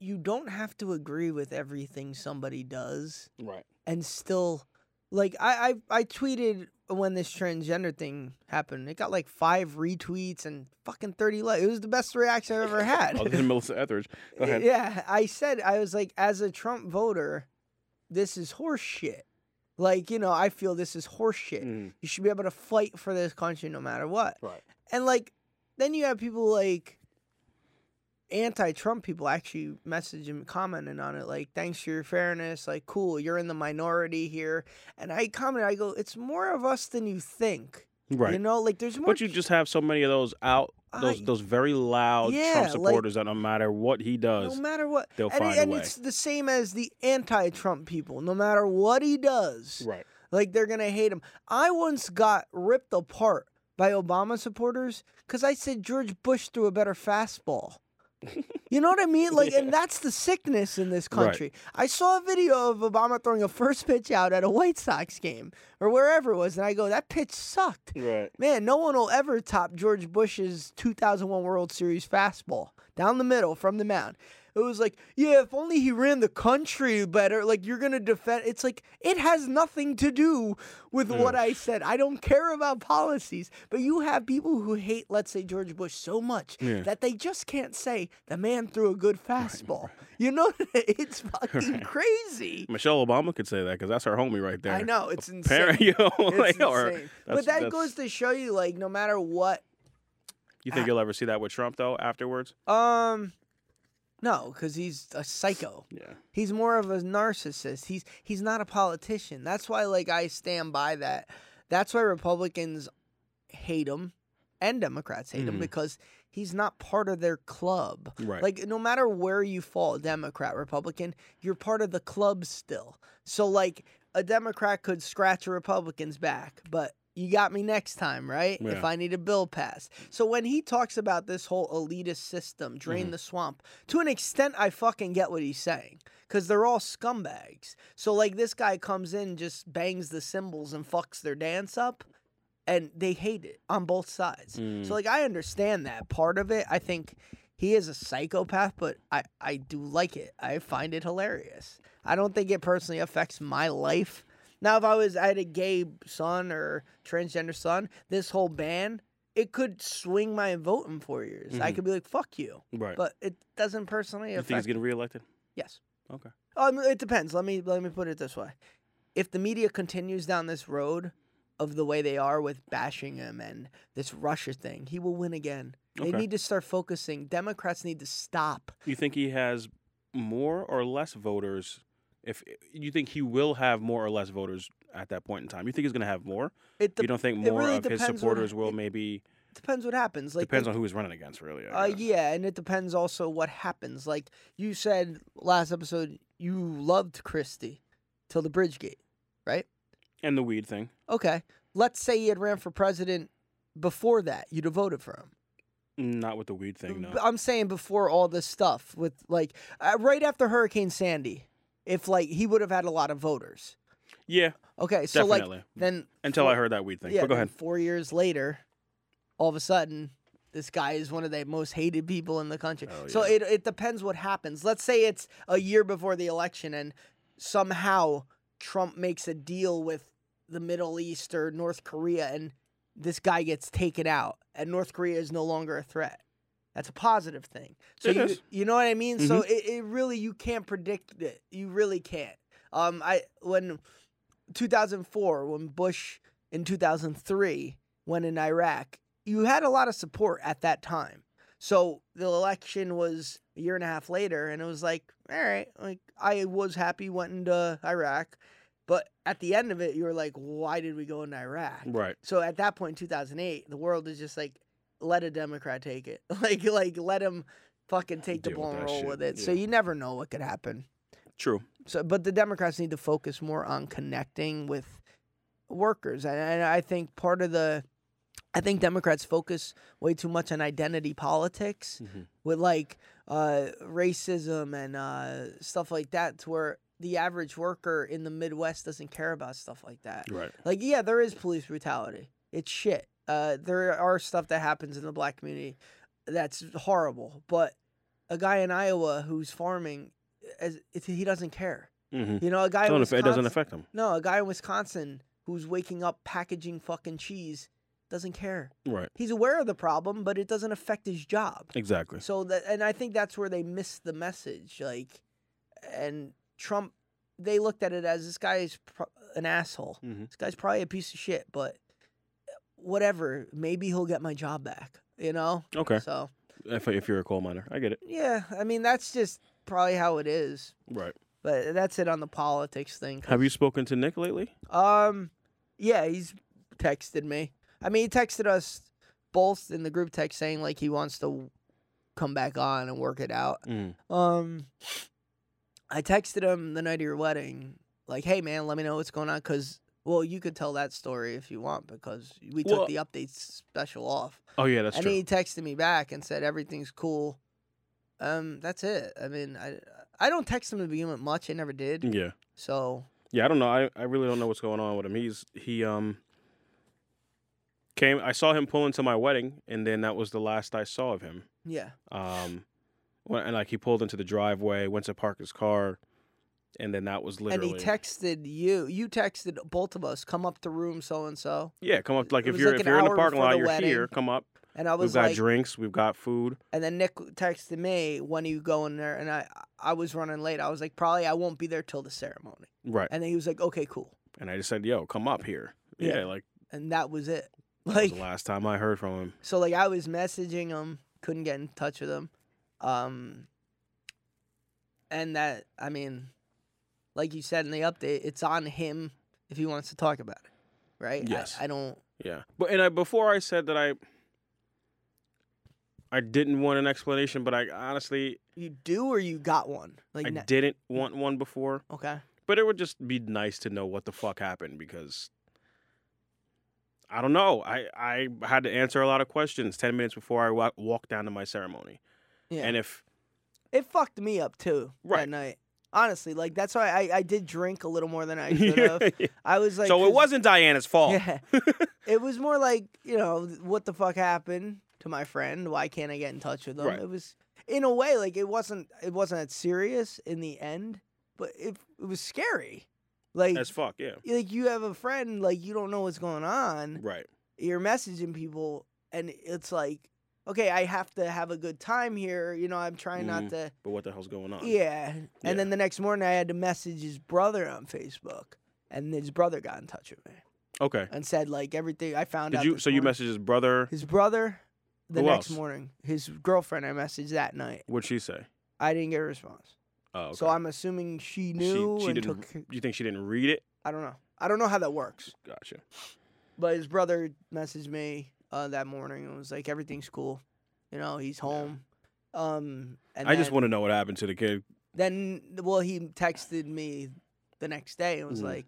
S5: you don't have to agree with everything somebody does
S7: right.
S5: and still, like, I, I, I tweeted when this transgender thing happened. It got like five retweets and fucking 30 likes. It was the best reaction I've ever had.
S7: Other than Melissa Etheridge. Go ahead.
S5: Yeah, I said I was like, as a Trump voter, this is horseshit. Like, you know, I feel this is horseshit.
S7: Mm,
S5: You should be able to fight for this country no matter what.
S7: right.
S5: And like, then you have people like anti-Trump people actually messaging, commenting on it, like, "Thanks for your fairness. Like, cool, you're in the minority here." And I commented, I go, "It's more of us than you think."
S7: Right.
S5: You know, like there's more.
S7: But you just have so many of those out, those
S5: I-
S7: those very loud
S5: Yeah, like-
S7: Trump supporters that no matter what he does,
S5: No matter what,
S7: they'll
S5: and, it-
S7: find a
S5: and
S7: way.
S5: it's the same as the anti-Trump people. No matter what he does,
S7: right?
S5: like they're gonna hate him. I once got ripped apart by Obama supporters because I said George Bush threw a better fastball. you know what I mean? Like, and that's the sickness in this
S7: Right.
S5: country. I saw a video of Obama throwing a first pitch out at a White Sox game or wherever it was, and I go, that pitch sucked.
S7: Right.
S5: Man, no one will ever top George Bush's 2001 World Series fastball down the middle from the mound. It was like, yeah, if only he ran the country better. Like, you're going to defend. It's like, it has nothing to do with
S7: Mm.
S5: what I said. I don't care about policies. But you have people who hate, let's say, George Bush so much
S7: Yeah.
S5: that they just can't say the man threw a good fastball. You know, it's fucking crazy.
S7: Michelle Obama could say that because that's her homie right there.
S5: I know. It's insane.
S7: Parent, you know,
S5: It's
S7: like, or-
S5: insane.
S7: that's-
S5: but that
S7: that's-
S5: goes ah to show you, like, no matter what
S7: You think you'll ever see that with Trump though? Afterwards?
S5: Um, no, because he's a psycho.
S7: Yeah.
S5: He's more of a narcissist. He's he's not a politician. That's why, like, I stand by that. That's why Republicans hate him, and Democrats hate him
S7: Mhm.
S5: because he's not part of their club.
S7: Right.
S5: Like, no matter where you fall, Democrat, Republican, you're part of the club still. So, like, a Democrat could scratch a Republican's back, but you got me next time, right? If
S7: Yeah.
S5: I need a bill passed. So, when he talks about this whole elitist system, drain the swamp, to an extent, I fucking get what he's saying because they're all scumbags. So, like, this guy comes in, just bangs the cymbals and fucks their dance up and they hate it on both sides.
S7: Mm.
S5: So like I understand that part of it. I think he is a psychopath, but I I do like it. I find it hilarious. I don't think it personally affects my life. Now if I was I had a gay son or transgender son, this whole ban it could swing my vote in four years. I
S7: Mhm.
S5: could be like, "Fuck you,"
S7: Right.
S5: but it doesn't personally
S7: you
S5: affect.
S7: think he's getting reelected?
S5: yes.
S7: Okay.
S5: Um, it depends. Let me let me put it this way: if the media continues down this road of the way they are with bashing him and this Russia thing, he will win again. They
S7: Okay.
S5: need to start focusing. Democrats need to stop.
S7: You think he has more or less voters? If you think he will have more or less voters at that point in time, you think he's going to have more?
S5: It de-
S7: you don't think
S5: it
S7: more
S5: really
S7: of his
S5: depends what
S7: supporters
S5: hap-
S7: will
S5: it
S7: maybe
S5: depends what happens. Like
S7: depends
S5: the-
S7: on who he's running against, really. I
S5: Uh,
S7: guess.
S5: yeah, and it depends also what happens. Like you said last episode, you loved Christie till the Bridgegate, right?
S7: And the weed thing.
S5: Okay. Let's say he had ran for president before that, you'd have voted for him.
S7: Not with the weed thing, no.
S5: B- uh, I'm saying before all this stuff with like uh, right after Hurricane Sandy, if like he would have had a lot of voters.
S7: Yeah,
S5: Okay, so like
S7: Definitely.
S5: then
S7: until
S5: four-
S7: I heard that weed thing.
S5: Yeah,
S7: but go
S5: then
S7: ahead.
S5: Four years later, all of a sudden, this guy is one of the most hated people in the country.
S7: Oh,
S5: So
S7: yeah.
S5: it it depends what happens. Let's say it's a year before the election, and somehow Trump makes a deal with the Middle East or North Korea, and this guy gets taken out and North Korea is no longer a threat. That's a positive thing. So
S7: It
S5: you,
S7: is. Mm-hmm.
S5: you know what I mean? So it, it really you can't predict it. You really can't. Um, I when 2004 when Bush in 2003 when in Iraq, you had a lot of support at that time. So the election was a year and a half later, and it was like, all right, like I was happy went into Iraq, but at the end of it, you were like, why did we go into Iraq?
S7: Right.
S5: So at that point, 2008, the world is just like, let a Democrat take it, like like let him fucking take the
S7: Deal
S5: ball
S7: with
S5: and
S7: that
S5: roll
S7: shit,
S5: with it. So
S7: yeah.
S5: you never know what could happen.
S7: True.
S5: So, but the Democrats need to focus more on connecting with workers, and, and I think part of the, I think Democrats focus way too much on identity politics with like uh, racism and uh, stuff like that, to where the average worker in the Midwest doesn't care about stuff like that.
S7: Right.
S5: Like, yeah, there is police brutality. It's shit. Uh, there are stuff that happens in the black community that's horrible. But a guy in Iowa who's farming, as it's, he doesn't care.
S7: Mm-hmm.
S5: You know, a guy. in
S7: Don't aff- it doesn't
S5: Wisconsin-
S7: affect them.
S5: No, a guy in Wisconsin who's waking up packaging fucking cheese doesn't care.
S7: Right.
S5: He's aware of the problem, but it doesn't affect his job.
S7: Exactly.
S5: So that, and I think that's where they missed the message. Like, and Trump, they looked at it as this guy's pro- an asshole.
S7: Mhm.
S5: This guy's probably a piece of shit, but uh, whatever. Maybe he'll get my job back. You know.
S7: Okay.
S5: So
S7: If, if you're a coal miner, I get it.
S5: yeah, I mean that's just probably how it is.
S7: Right.
S5: But that's it on the politics thing. 'cause-
S7: Have you spoken to Nick lately?
S5: Um, yeah, he's texted me. I mean, he texted us both in the group text saying like he wants to come back on and work it out.
S7: Mm.
S5: Um, I texted him the night of your wedding, like, "Hey man, let me know what's going on." Because, well, you could tell that story if you want because we took
S7: Well-
S5: the updates special off,
S7: Oh yeah, that's
S5: and
S7: true.
S5: he texted me back and said everything's cool. Um, that's it. I mean, I I don't text him to begin with much. I never did.
S7: yeah.
S5: So
S7: Yeah, I don't know. I, I really don't know what's going on with him. He's he um came I saw him pull into my wedding and then that was the last I saw of him.
S5: yeah,
S7: Um when, and like he pulled into the driveway, went to park his car, and then that was literally
S5: and he texted you. You texted both of us. Come up to room so and so,
S7: Yeah, come up like
S5: it
S7: if
S5: was
S7: you're
S5: like
S7: if
S5: an
S7: you're in the
S5: hour
S7: parking
S5: before
S7: lot,
S5: the
S7: you're here,
S5: wedding.
S7: come up.
S5: and I
S7: We've
S5: was
S7: got
S5: like,
S7: drinks, we've got food.
S5: And then Nick texted me, "When are you going there?" And I, I was running late. I was like, "Probably I won't be there till the ceremony."
S7: Right.
S5: And then he was like, "Okay, cool."
S7: And I just said, Yo, come up here. Yeah,
S5: Yeah.
S7: like
S5: And that was it.
S7: that was
S5: Like
S7: the last time I heard from him.
S5: so, like I was messaging him, couldn't get in touch with him, um, and that I mean, like you said in the update, it's on him if he wants to talk about it, right? I-
S7: Yes.
S5: I don't.
S7: Yeah. But and I before I said that I I didn't want an explanation, but I honestly
S5: You do or you got one? Like
S7: I
S5: ne-
S7: didn't want one before.
S5: okay.
S7: But it would just be nice to know what the fuck happened because I don't know. I, I had to answer a lot of questions 10 minutes before I wa- walked down to my ceremony.
S5: Yeah.
S7: And if,
S5: it fucked me up too
S7: Right.
S5: that night. Honestly, like that's why I, I did drink a little more than I should have. I was like,
S7: so it
S5: 'cause-
S7: wasn't Diana's fault.
S5: Yeah, it was more like you know what the fuck happened to my friend? Why can't I get in touch with them?
S7: Right.
S5: It was in a way like it wasn't it wasn't that serious in the end, but it it was scary. Like
S7: As fuck, yeah.
S5: like you have a friend like you don't know what's going on
S7: Right.
S5: you're messaging people and it's like okay i have to have a good time here you know i'm trying
S7: Mhm.
S5: not to
S7: But what the hell's going on?
S5: yeah and
S7: Yeah.
S5: then the next morning i had to message his brother on facebook and his brother got in touch with me
S7: Okay.
S5: and said like everything i found
S7: Did
S5: out
S7: you?
S5: this
S7: So you
S5: morning.
S7: messaged his brother.
S5: his brother the
S7: Who
S5: next
S7: else?
S5: morning his girlfriend i messaged that night
S7: What'd she say?
S5: i didn't get a response
S7: Oh, okay.
S5: so i'm assuming she
S7: She-
S5: knew
S7: she
S5: and
S7: didn't.
S5: took
S7: You think she didn't read it?
S5: i don't know i don't know how that works
S7: Gotcha.
S5: But his brother messaged me uh, that morning and was like, "Everything's cool, you know, he's home." Um, and
S7: I just
S5: then-
S7: want to know what happened to the kid.
S5: Then, well, he texted me the next day and was
S7: Mhm.
S5: like,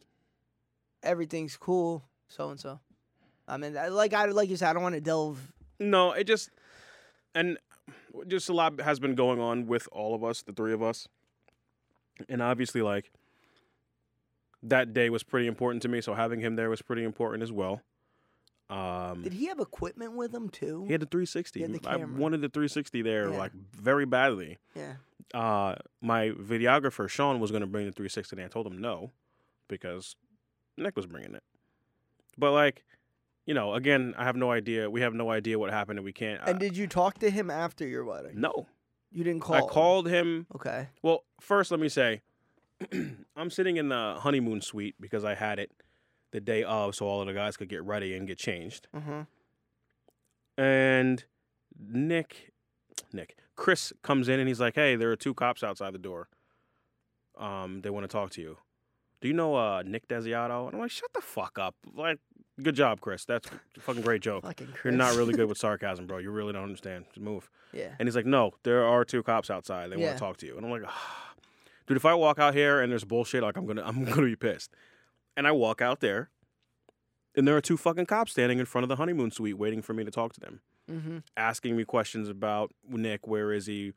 S5: "Everything's cool, so and so." I mean, I- like I like you said, I don't want to delve.
S7: No, it just and just a lot has been going on with all of us, the three of us, and obviously, like that day was pretty important to me. So having him there was pretty important as well. Um,
S5: Did he have equipment with him too?
S7: he had the 360.
S5: He had the
S7: I
S5: camera.
S7: wanted the 360 there
S5: Yeah.
S7: like very badly.
S5: yeah.
S7: uh, my videographer Sean was going to bring the 360, and I told him no because Nick was bringing it. But like, you know, again, I have no idea. We have no idea what happened, and we can't. I-
S5: And did you talk to him after your wedding?
S7: no,
S5: You didn't call.
S7: I
S5: him?
S7: called him.
S5: Okay.
S7: Well, first, let me say, I'm sitting in the honeymoon suite because I had it the day of, so all of the guys could get ready and get changed.
S5: Mm-hmm.
S7: And Nick, Nick, Chris comes in and he's like, "Hey, there are two cops outside the door. Um, they want to talk to you. Do you know uh, Nick Desiato?" And I'm like, "Shut the fuck up! Like, good job, Chris. That's a fucking great joke.
S5: Fucking Chris.
S7: You're not really good with sarcasm, bro. You really don't understand. Just move."
S5: Yeah.
S7: And he's like, "No, there are two cops outside. They want
S5: Yeah.
S7: to talk to you." And I'm like, "Ah." "Dude, if I walk out here and there's bullshit, like I'm gonna, I'm gonna be pissed." And I walk out there, and there are two fucking cops standing in front of the honeymoon suite waiting for me to talk to them,
S5: Mm-hmm.
S7: asking me questions about Nick. Where is he?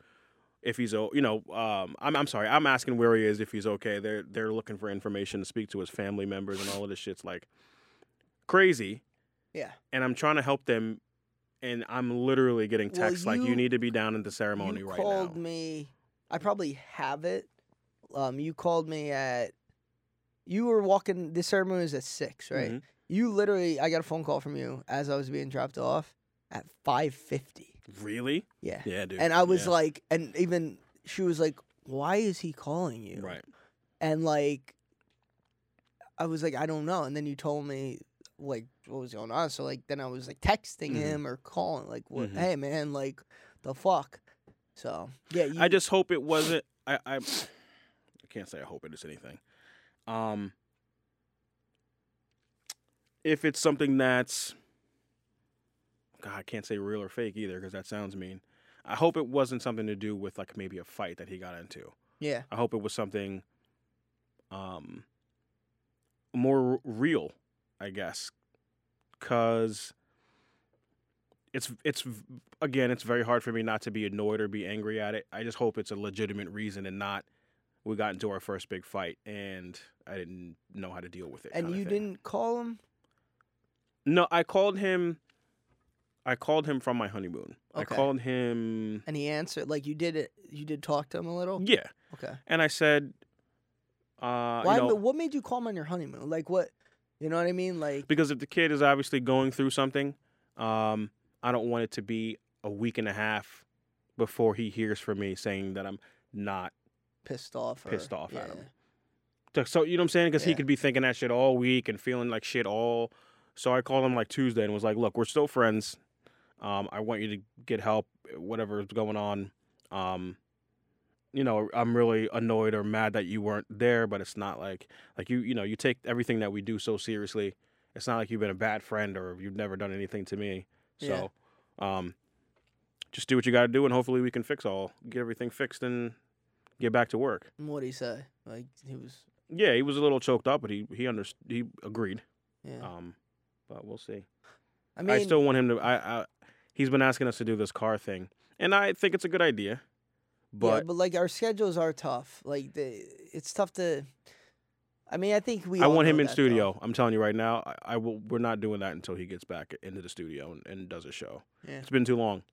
S7: If he's, o- you know, um, I'm, I'm sorry, I'm asking where he is. If he's okay, they're they're looking for information to speak to his family members and all of this shit's like crazy.
S5: Yeah.
S7: And I'm trying to help them. And I'm literally getting
S5: Well,
S7: texts like,
S5: you-
S7: "You need to be down at the ceremony
S5: you
S7: right now."
S5: called me. I probably have it. Um, you called me at. You were walking. The ceremony was at six, right?
S7: Mhm.
S5: You literally. I got a phone call from you as I was being dropped off at five fifty.
S7: Really?
S5: Yeah.
S7: Yeah, dude.
S5: And I was
S7: Yeah.
S5: like, and even she was like, "Why is he calling you?"
S7: right.
S5: And like, I was like, I don't know. And then you told me like what was going on. So like, then I was like texting
S7: Mhm.
S5: him or calling like, what,
S7: Mhm.
S5: "Hey man, like, the fuck." So yeah, you,
S7: I just hope it wasn't. I, I I can't say I hope it is anything. Um, if it's something that's, God, I can't say real or fake either because that sounds mean. I hope it wasn't something to do with like maybe a fight that he got into.
S5: yeah.
S7: I hope it was something, um, more r- real, I guess, because it's it's v- again, it's very hard for me not to be annoyed or be angry at it. I just hope it's a legitimate reason and not we got into our first big fight and I didn't know how to deal with it.
S5: And
S7: kinda
S5: you
S7: thing.
S5: didn't call him?
S7: No, I called him. I called him from my honeymoon. I
S5: Okay.
S7: called him.
S5: And he answered like you did it you did talk to him a little?
S7: Yeah,
S5: Okay.
S7: and I said, uh,
S5: Why
S7: you know,
S5: but what made you call him on your honeymoon? Like what you know what I mean? Like
S7: because if the kid is obviously going through something, um, I don't want it to be a week and a half before he hears from me saying that I'm not.
S5: pissed off or,
S7: pissed off
S5: yeah.
S7: at him. So you know what I'm saying? Because he
S5: Yeah.
S7: could be thinking that shit all week and feeling like shit all. So I called him like Tuesday and was like, "Look, we're still friends. Um, I want you to get help, whatever's going on. Um, you know, I'm really annoyed or mad that you weren't there, but it's not like like you you know you take everything that we do so seriously. It's not like you've been a bad friend or you've never done anything to me.
S5: Yeah.
S7: So, um, just do what you got to do, and hopefully we can fix all get everything fixed and get back to work.
S5: And what'd he say? Like he was
S7: Yeah, he was a little choked up, but he he under, he agreed.
S5: yeah.
S7: Um, but we'll see.
S5: I
S7: I,
S5: mean
S7: still want him to. I, I he's been asking us to do this car thing, and I think it's a good idea.
S5: yeah,
S7: But,
S5: but like our schedules are tough. Like the it's tough to I mean, I think we
S7: I
S5: all
S7: want
S5: know
S7: him in
S5: that, though.
S7: studio. I'm telling you right now, I, I will. We're not doing that until he gets back into the studio and, and does a show.
S5: Yeah.
S7: It's been too long.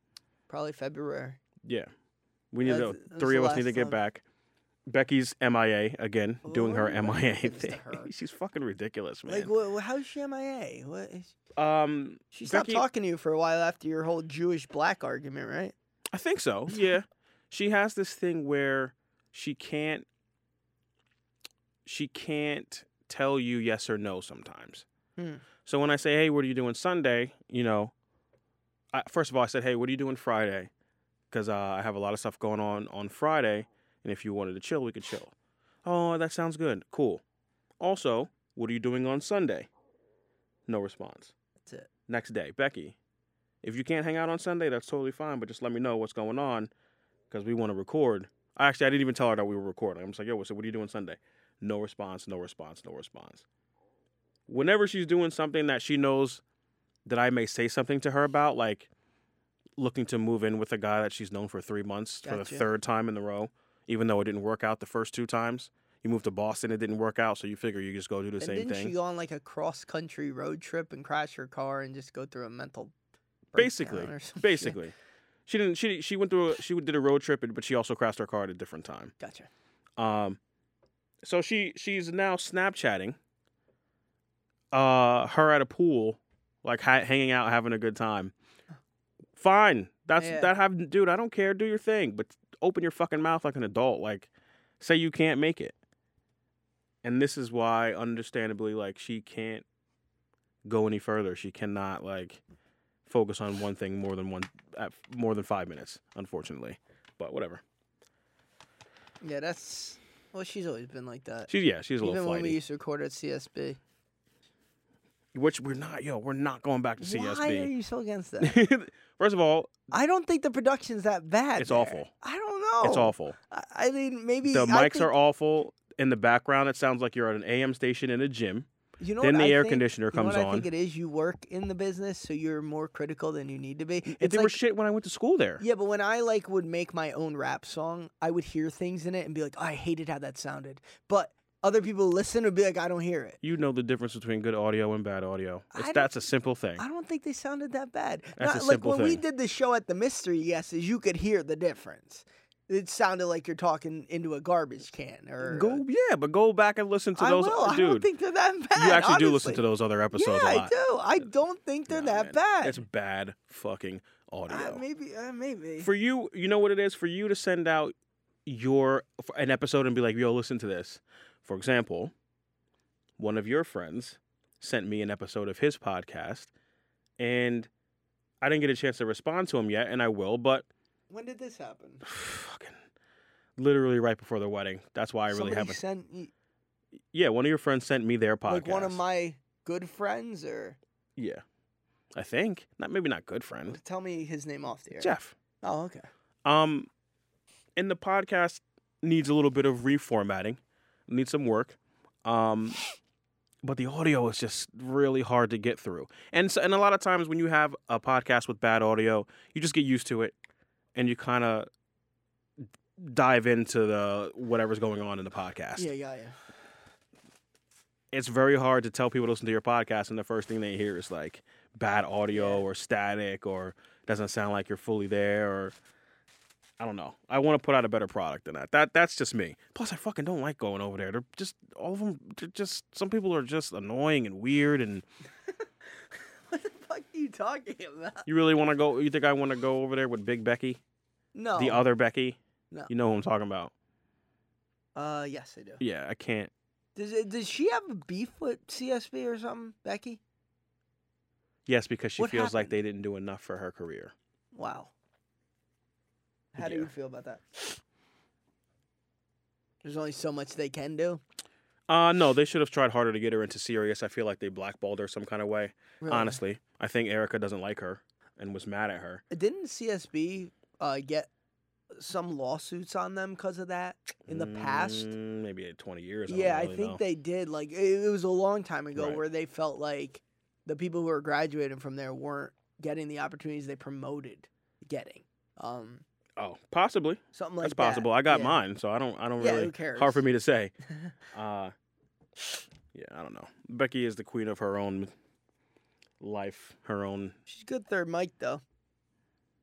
S5: Probably February.
S7: Yeah, we need
S5: That's-
S7: to.
S5: that was
S7: Three
S5: the
S7: of us need to
S5: last
S7: get
S5: time.
S7: back. Becky's MIA again, doing her
S5: Ooh, what
S7: MIA
S5: happens to
S7: thing.
S5: her?
S7: She's fucking ridiculous, man.
S5: Like what, how's she MIA? What is
S7: um,
S5: she stopped
S7: Becky-
S5: talking to you for a while after your whole Jewish black argument, right?
S7: I think so. Yeah. she has this thing where she can't she can't tell you yes or no sometimes.
S5: Hmm.
S7: So when I say, "Hey, what are you doing Sunday?" you know, I, first of all, I said, "Hey, what are you doing Friday?" cuz uh, I have a lot of stuff going on on Friday, and if you wanted to chill, we could chill. "Oh, that sounds good. Cool." Also, "What are you doing on Sunday?" No response.
S5: That's it.
S7: Next day, Becky, if you can't hang out on Sunday, that's totally fine, but just let me know what's going on because we want to record. Actually, I didn't even tell her that we were recording. I'm just like, yo, so what are you doing Sunday? No response, no response, no response. Whenever she's doing something that she knows that I may say something to her about, like looking to move in with a guy that she's known for three months for the
S5: Gotcha.
S7: third time in the row, even though it didn't work out the first two times. You moved to Boston, it didn't work out, so you figure you just go do the
S5: and
S7: same
S5: didn't
S7: thing.
S5: she go on like a cross country road trip and crash her car and just go through a mental
S7: basically
S5: breakdown or some shit?
S7: basically she didn't she she went through a, she did a road trip but she also crashed her car at a different time
S5: Gotcha.
S7: um so she she's now snapchatting uh her at a pool like ha- hanging out, having a good time. Fine, that's
S5: Yeah.
S7: that have dude. I don't care. Do your thing, but open your fucking mouth like an adult. Like, say you can't make it. And this is why, understandably, like she can't go any further. She cannot like focus on one thing more than one at more than five minutes. Unfortunately, but whatever.
S5: Yeah, that's. Well, she's always been like that.
S7: She's yeah, she's a
S5: Even
S7: little
S5: when we
S7: flighty.
S5: used to record at CSB.
S7: Which we're not, yo, we're not going back to
S5: Why are
S7: CSB.
S5: you so against that?
S7: First of all,
S5: I don't think the production's that bad.
S7: It's
S5: there.
S7: awful.
S5: I don't know.
S7: it's awful.
S5: I, I mean, maybe
S7: The
S5: Oh, I
S7: mics
S5: think-
S7: are awful. In the background, it sounds like you're at an AM station in a gym.
S5: You know
S7: then
S5: what
S7: the
S5: I
S7: air
S5: think-
S7: conditioner
S5: you know
S7: comes
S5: what I
S7: on.
S5: think it is you work in the business, so you're more critical than you need to be.
S7: And
S5: It's
S7: they were
S5: like-
S7: shit when I went to school there.
S5: Yeah, but when I like would make my own rap song, I would hear things in it and be like, oh, I hated how that sounded. But other people listen and be like, I don't hear it.
S7: You know the difference between good audio and bad audio.
S5: I
S7: It's,
S5: don't-
S7: that's a simple thing.
S5: I don't think they sounded that bad.
S7: That's a
S5: Not,
S7: simple
S5: like when we
S7: thing.
S5: did the show at the mystery guesses, you could hear the difference. It sounded like you're talking into a garbage can or
S7: Go, yeah, but go back and listen to
S5: I
S7: those.
S5: will. I
S7: Dude,
S5: don't think they're that bad.
S7: you actually do listen to
S5: honestly.
S7: those other episodes
S5: yeah,
S7: a lot.
S5: I do. I don't think they're
S7: Nah,
S5: that
S7: man,
S5: bad.
S7: It's bad fucking audio.
S5: Uh, maybe, uh, maybe.
S7: for you, you know what it is for you to send out your f- an episode and be like, "Yo, listen to this." For example, one of your friends sent me an episode of his podcast, and I didn't get a chance to respond to him yet, and I will, but
S5: when did this happen?
S7: fucking literally right before the wedding. That's why I really
S5: Somebody
S7: haven't.
S5: sent y-
S7: yeah, one of your friends sent me their podcast.
S5: like one of my good friends, or
S7: Yeah, I think not. Maybe not good friend
S5: tell me his name off the air.
S7: Jeff.
S5: Oh, okay.
S7: Um, and the podcast needs a little bit of reformatting, needs some work. Um, but the audio is just really hard to get through. And so, and a lot of times when you have a podcast with bad audio, you just get used to it, and you kind of dive into the whatever's going on in the podcast.
S5: Yeah, yeah, yeah.
S7: It's very hard to tell people to listen to your podcast, and the first thing they hear is like bad audio or static or doesn't sound like you're fully there or I don't know. I want to put out a better product than that. That that's just me. Plus, I fucking don't like going over there. They're just all of them. They're just some people are just annoying and weird. And
S5: What the fuck are you talking about?
S7: you really want to go? You think I want to go over there with Big Becky,
S5: No.
S7: the other Becky?
S5: No.
S7: You know who I'm talking about?
S5: Uh, yes, I do.
S7: Yeah, I can't.
S5: Does it, does she have a beef with CSB or something, Becky?
S7: Yes, because she
S5: What
S7: feels like
S5: happened?
S7: they didn't do enough for her career.
S5: Wow. How do
S7: Yeah.
S5: you feel about that? There's only so much they can do.
S7: Uh no, they should have tried harder to get her into Sirius. I feel like they blackballed her some kind of way.
S5: Really.
S7: Honestly, I think Erica doesn't like her and was mad at her.
S5: Didn't CSB uh, get some lawsuits on them because of that in the past?
S7: Mm, maybe 20 years. I
S5: Yeah,
S7: don't
S5: I
S7: really
S5: think
S7: know.
S5: they did. Like it, it was a long time ago
S7: Right.
S5: where they felt like the people who were graduating from there weren't getting the opportunities they promoted getting. Um,
S7: Oh, possibly.
S5: something like
S7: That's
S5: that.
S7: possible. I got
S5: Yeah.
S7: mine, so I don't. I don't
S5: Yeah,
S7: really.
S5: who cares?
S7: Hard for me to say. uh, yeah, I don't know. Becky is the queen of her own life, her own.
S5: She's a good third mic though.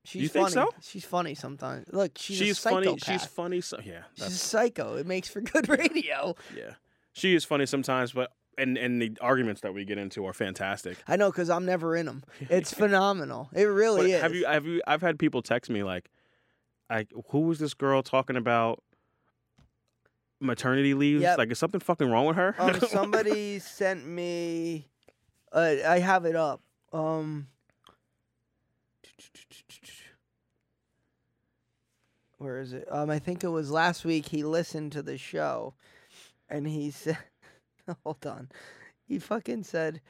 S5: She's
S7: think
S5: funny.
S7: so?
S5: She's funny sometimes. Look, she's, a
S7: she's funny.
S5: psychopath.
S7: She's funny. So yeah,
S5: She's a
S7: that's,
S5: psycho. It makes for good radio.
S7: yeah. She is funny sometimes, but and and the arguments that we get into are fantastic.
S5: I know because I'm never in them. It's phenomenal. It really
S7: But
S5: is.
S7: have you? Have you? I've had people text me like, like, who was this girl talking about? Maternity leaves?
S5: Yep.
S7: Like, is something fucking wrong with her?
S5: Um, somebody sent me. Uh, I have it up. Um, where is it? Um, I think it was last week. He listened to the show, and he said, "Hold on." He fucking said,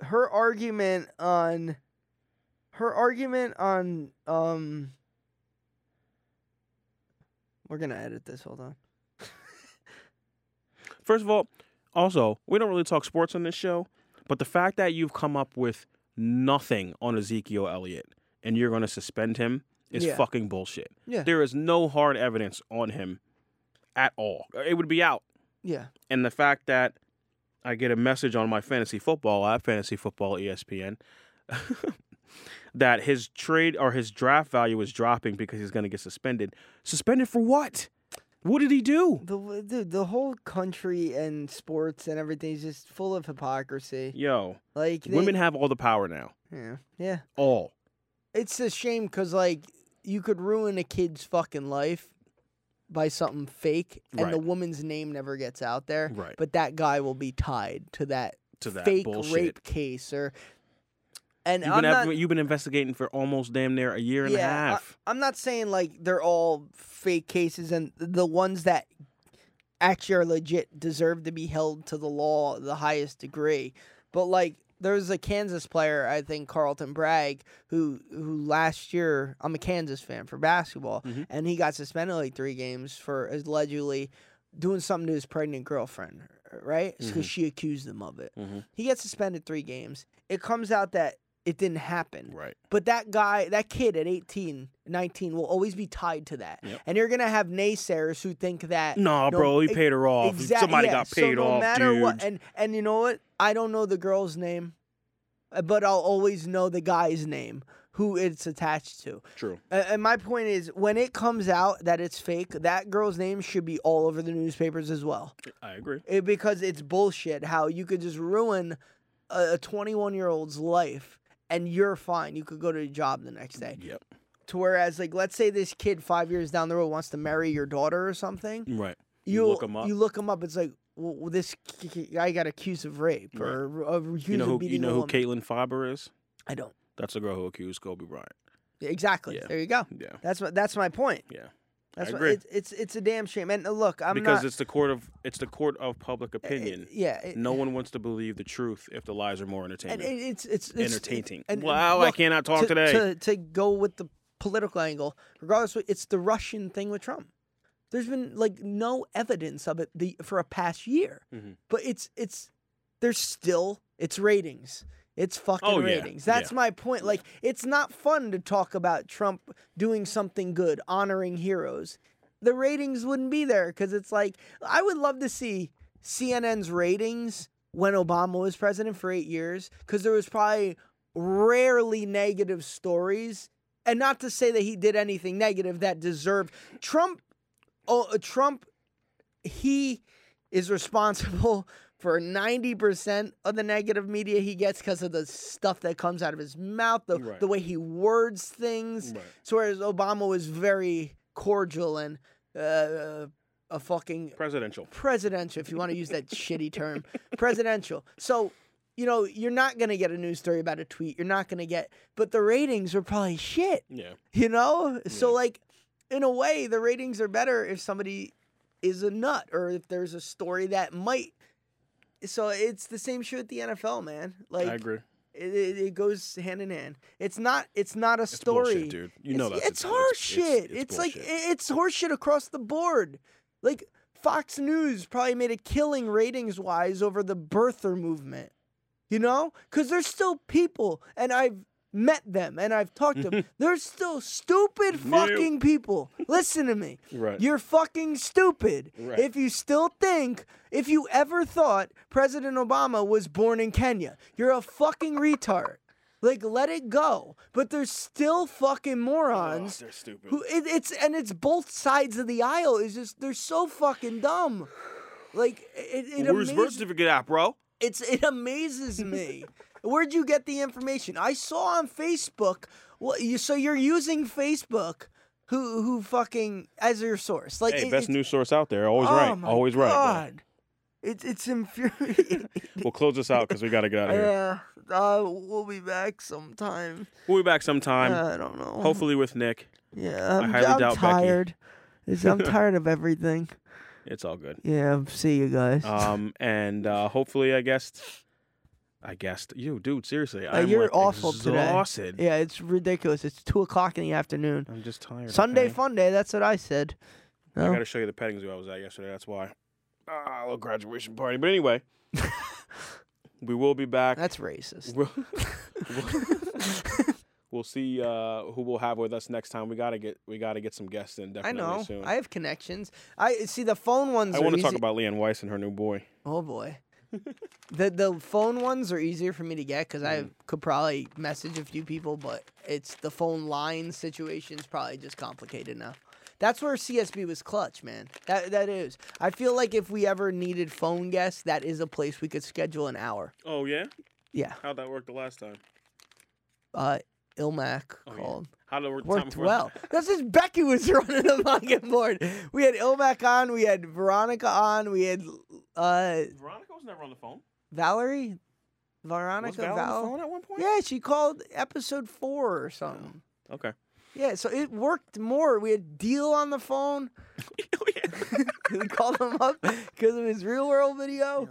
S5: "Her argument on, her argument on, um." We're gonna edit this. Hold on.
S7: First of all, also, we don't really talk sports on this show, but the fact that you've come up with nothing on Ezekiel Elliott and you're going to suspend him is
S5: Yeah.
S7: fucking bullshit.
S5: Yeah.
S7: There is no hard evidence on him at all. It would be out.
S5: Yeah.
S7: And the fact that I get a message on my fantasy football app, Fantasy Football E ESPN, that his trade or his draft value is dropping because he's going to get suspended. Suspended for what? What did he do?
S5: The dude, the whole country and sports and everything is just full of hypocrisy.
S7: Yo,
S5: Like they-
S7: women have all the power now.
S5: yeah, yeah.
S7: All.
S5: It's a shame because like you could ruin a kid's fucking life by something fake, and the
S7: Right.
S5: woman's name never gets out there.
S7: Right.
S5: But that guy will be tied to that
S7: To that
S5: fake
S7: bullshit.
S5: rape case or. And
S7: You've
S5: I'm
S7: been,
S5: not,
S7: having- you've been investigating for almost damn near a year and a
S5: I-
S7: half.
S5: I'm not saying like they're all fake cases, and the ones that actually are legit deserve to be held to the law the highest degree. But like, there's a Kansas player, I think Carlton Bragg, who who last year I'm a Kansas fan for basketball,
S7: Mm-hmm.
S5: and he got suspended like three games for allegedly doing something to his pregnant girlfriend, right? Because she accused him of it. He gets suspended three games. It comes out that it didn't happen.
S7: Right.
S5: But that guy, that kid at 18, 19 will always be tied to that. And you're going to have naysayers who think that.
S7: Nah, bro, he
S5: e-
S7: paid her off.
S5: exact-
S7: Somebody
S5: yeah,
S7: got
S5: so
S7: paid
S5: no
S7: off,
S5: matter What,
S7: dude.
S5: and, and you know what? I don't know the girl's name, uh, but I'll always know the guy's name who it's attached to.
S7: True.
S5: A- And my point is, when it comes out that it's fake, that girl's name should be all over the newspapers as well
S7: I agree.
S5: it, because it's bullshit how you could just ruin a 21 year old's life and you're fine. You could go to a job the next day.
S7: Yep.
S5: To whereas, like, let's say this kid five years down the road wants to marry your daughter or something.
S7: Right.
S5: you'll-
S7: look him up.
S5: You look him up. It's like, well, well, this k- k- guy got accused of rape
S7: Right.
S5: or uh, accused
S7: You know
S5: of
S7: who
S5: beating
S7: you know
S5: a
S7: who
S5: woman.
S7: Caitlin Faber is?
S5: I don't.
S7: That's the girl who accused Kobe Bryant.
S5: Exactly.
S7: Yeah.
S5: There you go.
S7: Yeah.
S5: That's my that's my point.
S7: Yeah.
S5: That's
S7: I
S5: my-
S7: agree.
S5: it- it's it's a damn shame. And uh, look, I'm
S7: because
S5: not.
S7: it's the court of it's the court of public opinion.
S5: yeah. it-
S7: no one wants to believe the truth if the lies are more entertaining.
S5: and it- it's it's, it's
S7: Entertaining.
S5: and- and
S7: Wow, I cannot talk
S5: to,
S7: today.
S5: To, to go with the political angle, regardless, what- it's the Russian thing with Trump. There's been like no evidence of it the, for a past year,
S7: Mhm.
S5: but it's it's there's still it's ratings. It's fucking
S7: Oh, yeah.
S5: ratings. That's
S7: Yeah.
S5: my point. Like, it's not fun to talk about Trump doing something good, honoring heroes. The ratings wouldn't be there because it's like, I would love to see CNN's ratings when Obama was president for eight years because there was probably rarely negative stories. And not to say that he did anything negative that deserved Trump. Oh, uh, Trump, he is responsible for 90% of the negative media he gets because of the stuff that comes out of his mouth, the,
S7: Right.
S5: the way he words things.
S7: Right.
S5: So whereas Obama was very cordial and uh, a fucking
S7: Presidential.
S5: presidential, if you want to use that shitty term, presidential. So, you know, you're not going to get a news story about a tweet. You're not going to get, but the ratings were probably shit
S7: Yeah.
S5: you know so like in a way the ratings are better if somebody is a nut or if there's a story that might so it's the same shit with the NFL man like
S7: I agree.
S5: It, it, it goes hand in hand it's not it's not a
S7: It's
S5: story
S7: bullshit, dude. You know
S5: it's,
S7: that's
S5: it's horseshit it's, like
S7: bullshit.
S5: it- it's horseshit across the board like Fox News probably made a killing ratings wise over the birther movement you know? Because there's still people, and I've met them and I've talked to them. They're still stupid fucking people. Listen to me.
S7: Right.
S5: You're fucking stupid.
S7: Right.
S5: If you still think, if you ever thought President Obama was born in Kenya, you're a fucking retard. Like, let it go. But there's still fucking morons.
S7: Oh, they're stupid.
S5: Who it, it's and it's both sides of the aisle. It's just they're so fucking dumb. Like it, it
S7: Where's
S5: amazes
S7: birth certificate at, bro?
S5: it's it amazes me. Where'd you get the information? I saw on Facebook. Well, you so you're using Facebook, who who fucking as your source? Like
S7: Hey,
S5: it-
S7: best
S5: it's-
S7: news source out there. Always
S5: oh
S7: right.
S5: my
S7: Always right.
S5: God. It's it's infuriating.
S7: bro. We'll close this out because we got to get out of here.
S5: yeah, uh, we'll be back sometime.
S7: We'll be back sometime.
S5: I don't know.
S7: hopefully with Nick.
S5: yeah, I'm,
S7: highly
S5: I'm
S7: doubt Becky.
S5: tired. It's- I'm tired of everything.
S7: It's all good.
S5: Yeah, see you guys.
S7: Um, and uh, hopefully, I guessed. I guessed you, dude. Seriously,
S5: Uh,
S7: I'm
S5: you're
S7: like,
S5: awful
S7: exhausted.
S5: today. Yeah, it's ridiculous. It's two o'clock in the afternoon.
S7: I'm just tired.
S5: Sunday
S7: okay?
S5: fun day. That's what I said.
S7: I
S5: No.
S7: got to show you the petting zoo I was at yesterday. That's why. Ah, a little graduation party. But anyway, we will be back.
S5: That's racist.
S7: We'll, we'll- we'll see uh, who we'll have with us next time. We gotta get we gotta get some guests in
S5: I
S7: definitely
S5: know.
S7: soon.
S5: I have connections. I see the phone ones.
S7: I
S5: want to
S7: talk about Leanne Weiss and her new boy.
S5: Oh boy. the the phone ones are easier for me to get because
S7: Hmm.
S5: I could probably message a few people, but it's the phone line situation's probably just complicated now. That's where CSB was clutch, man. That that is. I feel like if we ever needed phone guests, that is a place we could schedule an hour.
S7: Oh yeah,
S5: Yeah.
S7: how'd that work the last time?
S5: Uh, Ilmac
S7: Oh, yeah.
S5: called.
S7: How'd it work? The time
S5: Worked
S7: before?
S5: well. That's just Becky was running the fucking board. We had Ilmac on, we had Veronica on, we had uh
S7: Veronica was never on the phone.
S5: Valerie,
S7: Was
S5: Veronica,
S7: Val on the
S5: Val.
S7: phone at one point?
S5: Yeah, she called episode four or
S7: Oh.
S5: something.
S7: Okay.
S5: Yeah, so it worked more. We had Deal on the phone.
S7: Oh,
S5: we called him up because of his real world video.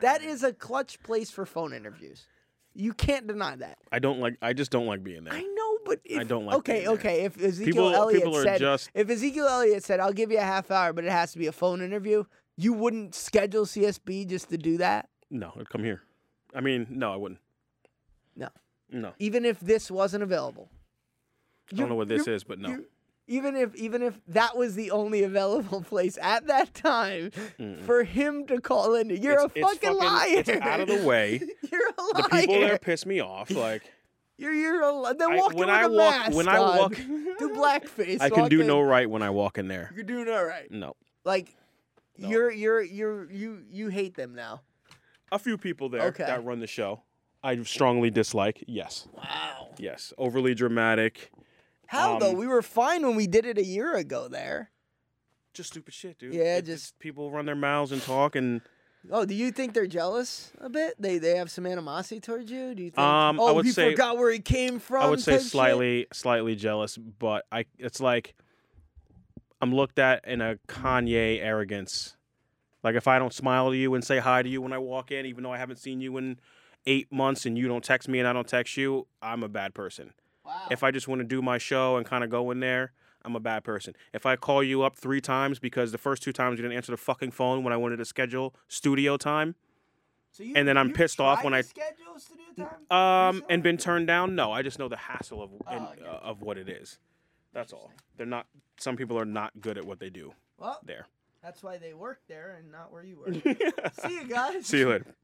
S5: That is a clutch place for phone interviews. You can't deny that.
S7: I don't like. I just don't like being there.
S5: I know, but if,
S7: I don't like
S5: Okay,
S7: being there.
S5: okay. If Ezekiel
S7: People-
S5: Elliott
S7: people are
S5: said,
S7: just-
S5: if Ezekiel Elliott said, "I'll give you a half hour, but it has to be a phone interview," you wouldn't schedule CSB just to do that.
S7: No, I'd come here. I mean, no, I wouldn't.
S5: No.
S7: No.
S5: even if this wasn't available.
S7: I don't know what this is, but no.
S5: Even if even if that was the only available place at that time for him to call in, you're
S7: It's-
S5: a
S7: it's
S5: fucking, liar.
S7: It's out of the way.
S5: You're a liar.
S7: The people there piss me off. Like
S5: You're you're a li- they're
S7: I-
S5: walking
S7: when
S5: with
S7: I
S5: a
S7: walk-
S5: mask
S7: when I
S5: on.
S7: walk-
S5: do blackface.
S7: I can do
S5: walking-
S7: no right when I walk in there.
S5: You're doing all right.
S7: No.
S5: Like you're you're you're you you hate them now.
S7: A few people there
S5: Okay.
S7: that run the show, I strongly dislike. Yes.
S5: Wow.
S7: Yes. Overly dramatic.
S5: How though?
S7: Um,
S5: We were fine when we did it a year ago there.
S7: Just stupid shit, dude.
S5: Yeah,
S7: It-
S5: just-
S7: people run their mouths and talk and
S5: Oh, do you think they're jealous a bit? They they have some animosity towards you? Do you think?
S7: Um, I
S5: oh,
S7: would
S5: he
S7: say-
S5: forgot where he came from.
S7: I would say
S5: type shit?
S7: slightly slightly jealous, but I it's like I'm looked at in a Kanye arrogance. Like if I don't smile to you and say hi to you when I walk in, even though I haven't seen you in eight months and you don't text me and I don't text you, I'm a bad person.
S5: Wow.
S7: If I just want to do my show and kind of go in there, I'm a bad person. If I call you up three times because the first two times you didn't answer the fucking phone when I wanted to schedule studio time,
S5: So you-
S7: and then I'm
S5: you
S7: pissed off
S5: tried
S7: when
S5: to
S7: I-
S5: schedule studio time?
S7: um, and
S5: Yourself?
S7: been turned down? No, I just know the hassle of and,
S5: okay.
S7: uh, of what it is. That's all. They're not. Some people are not good at what they do
S5: Well,
S7: there.
S5: that's why they work there and not where you work. See you guys.
S7: See you later.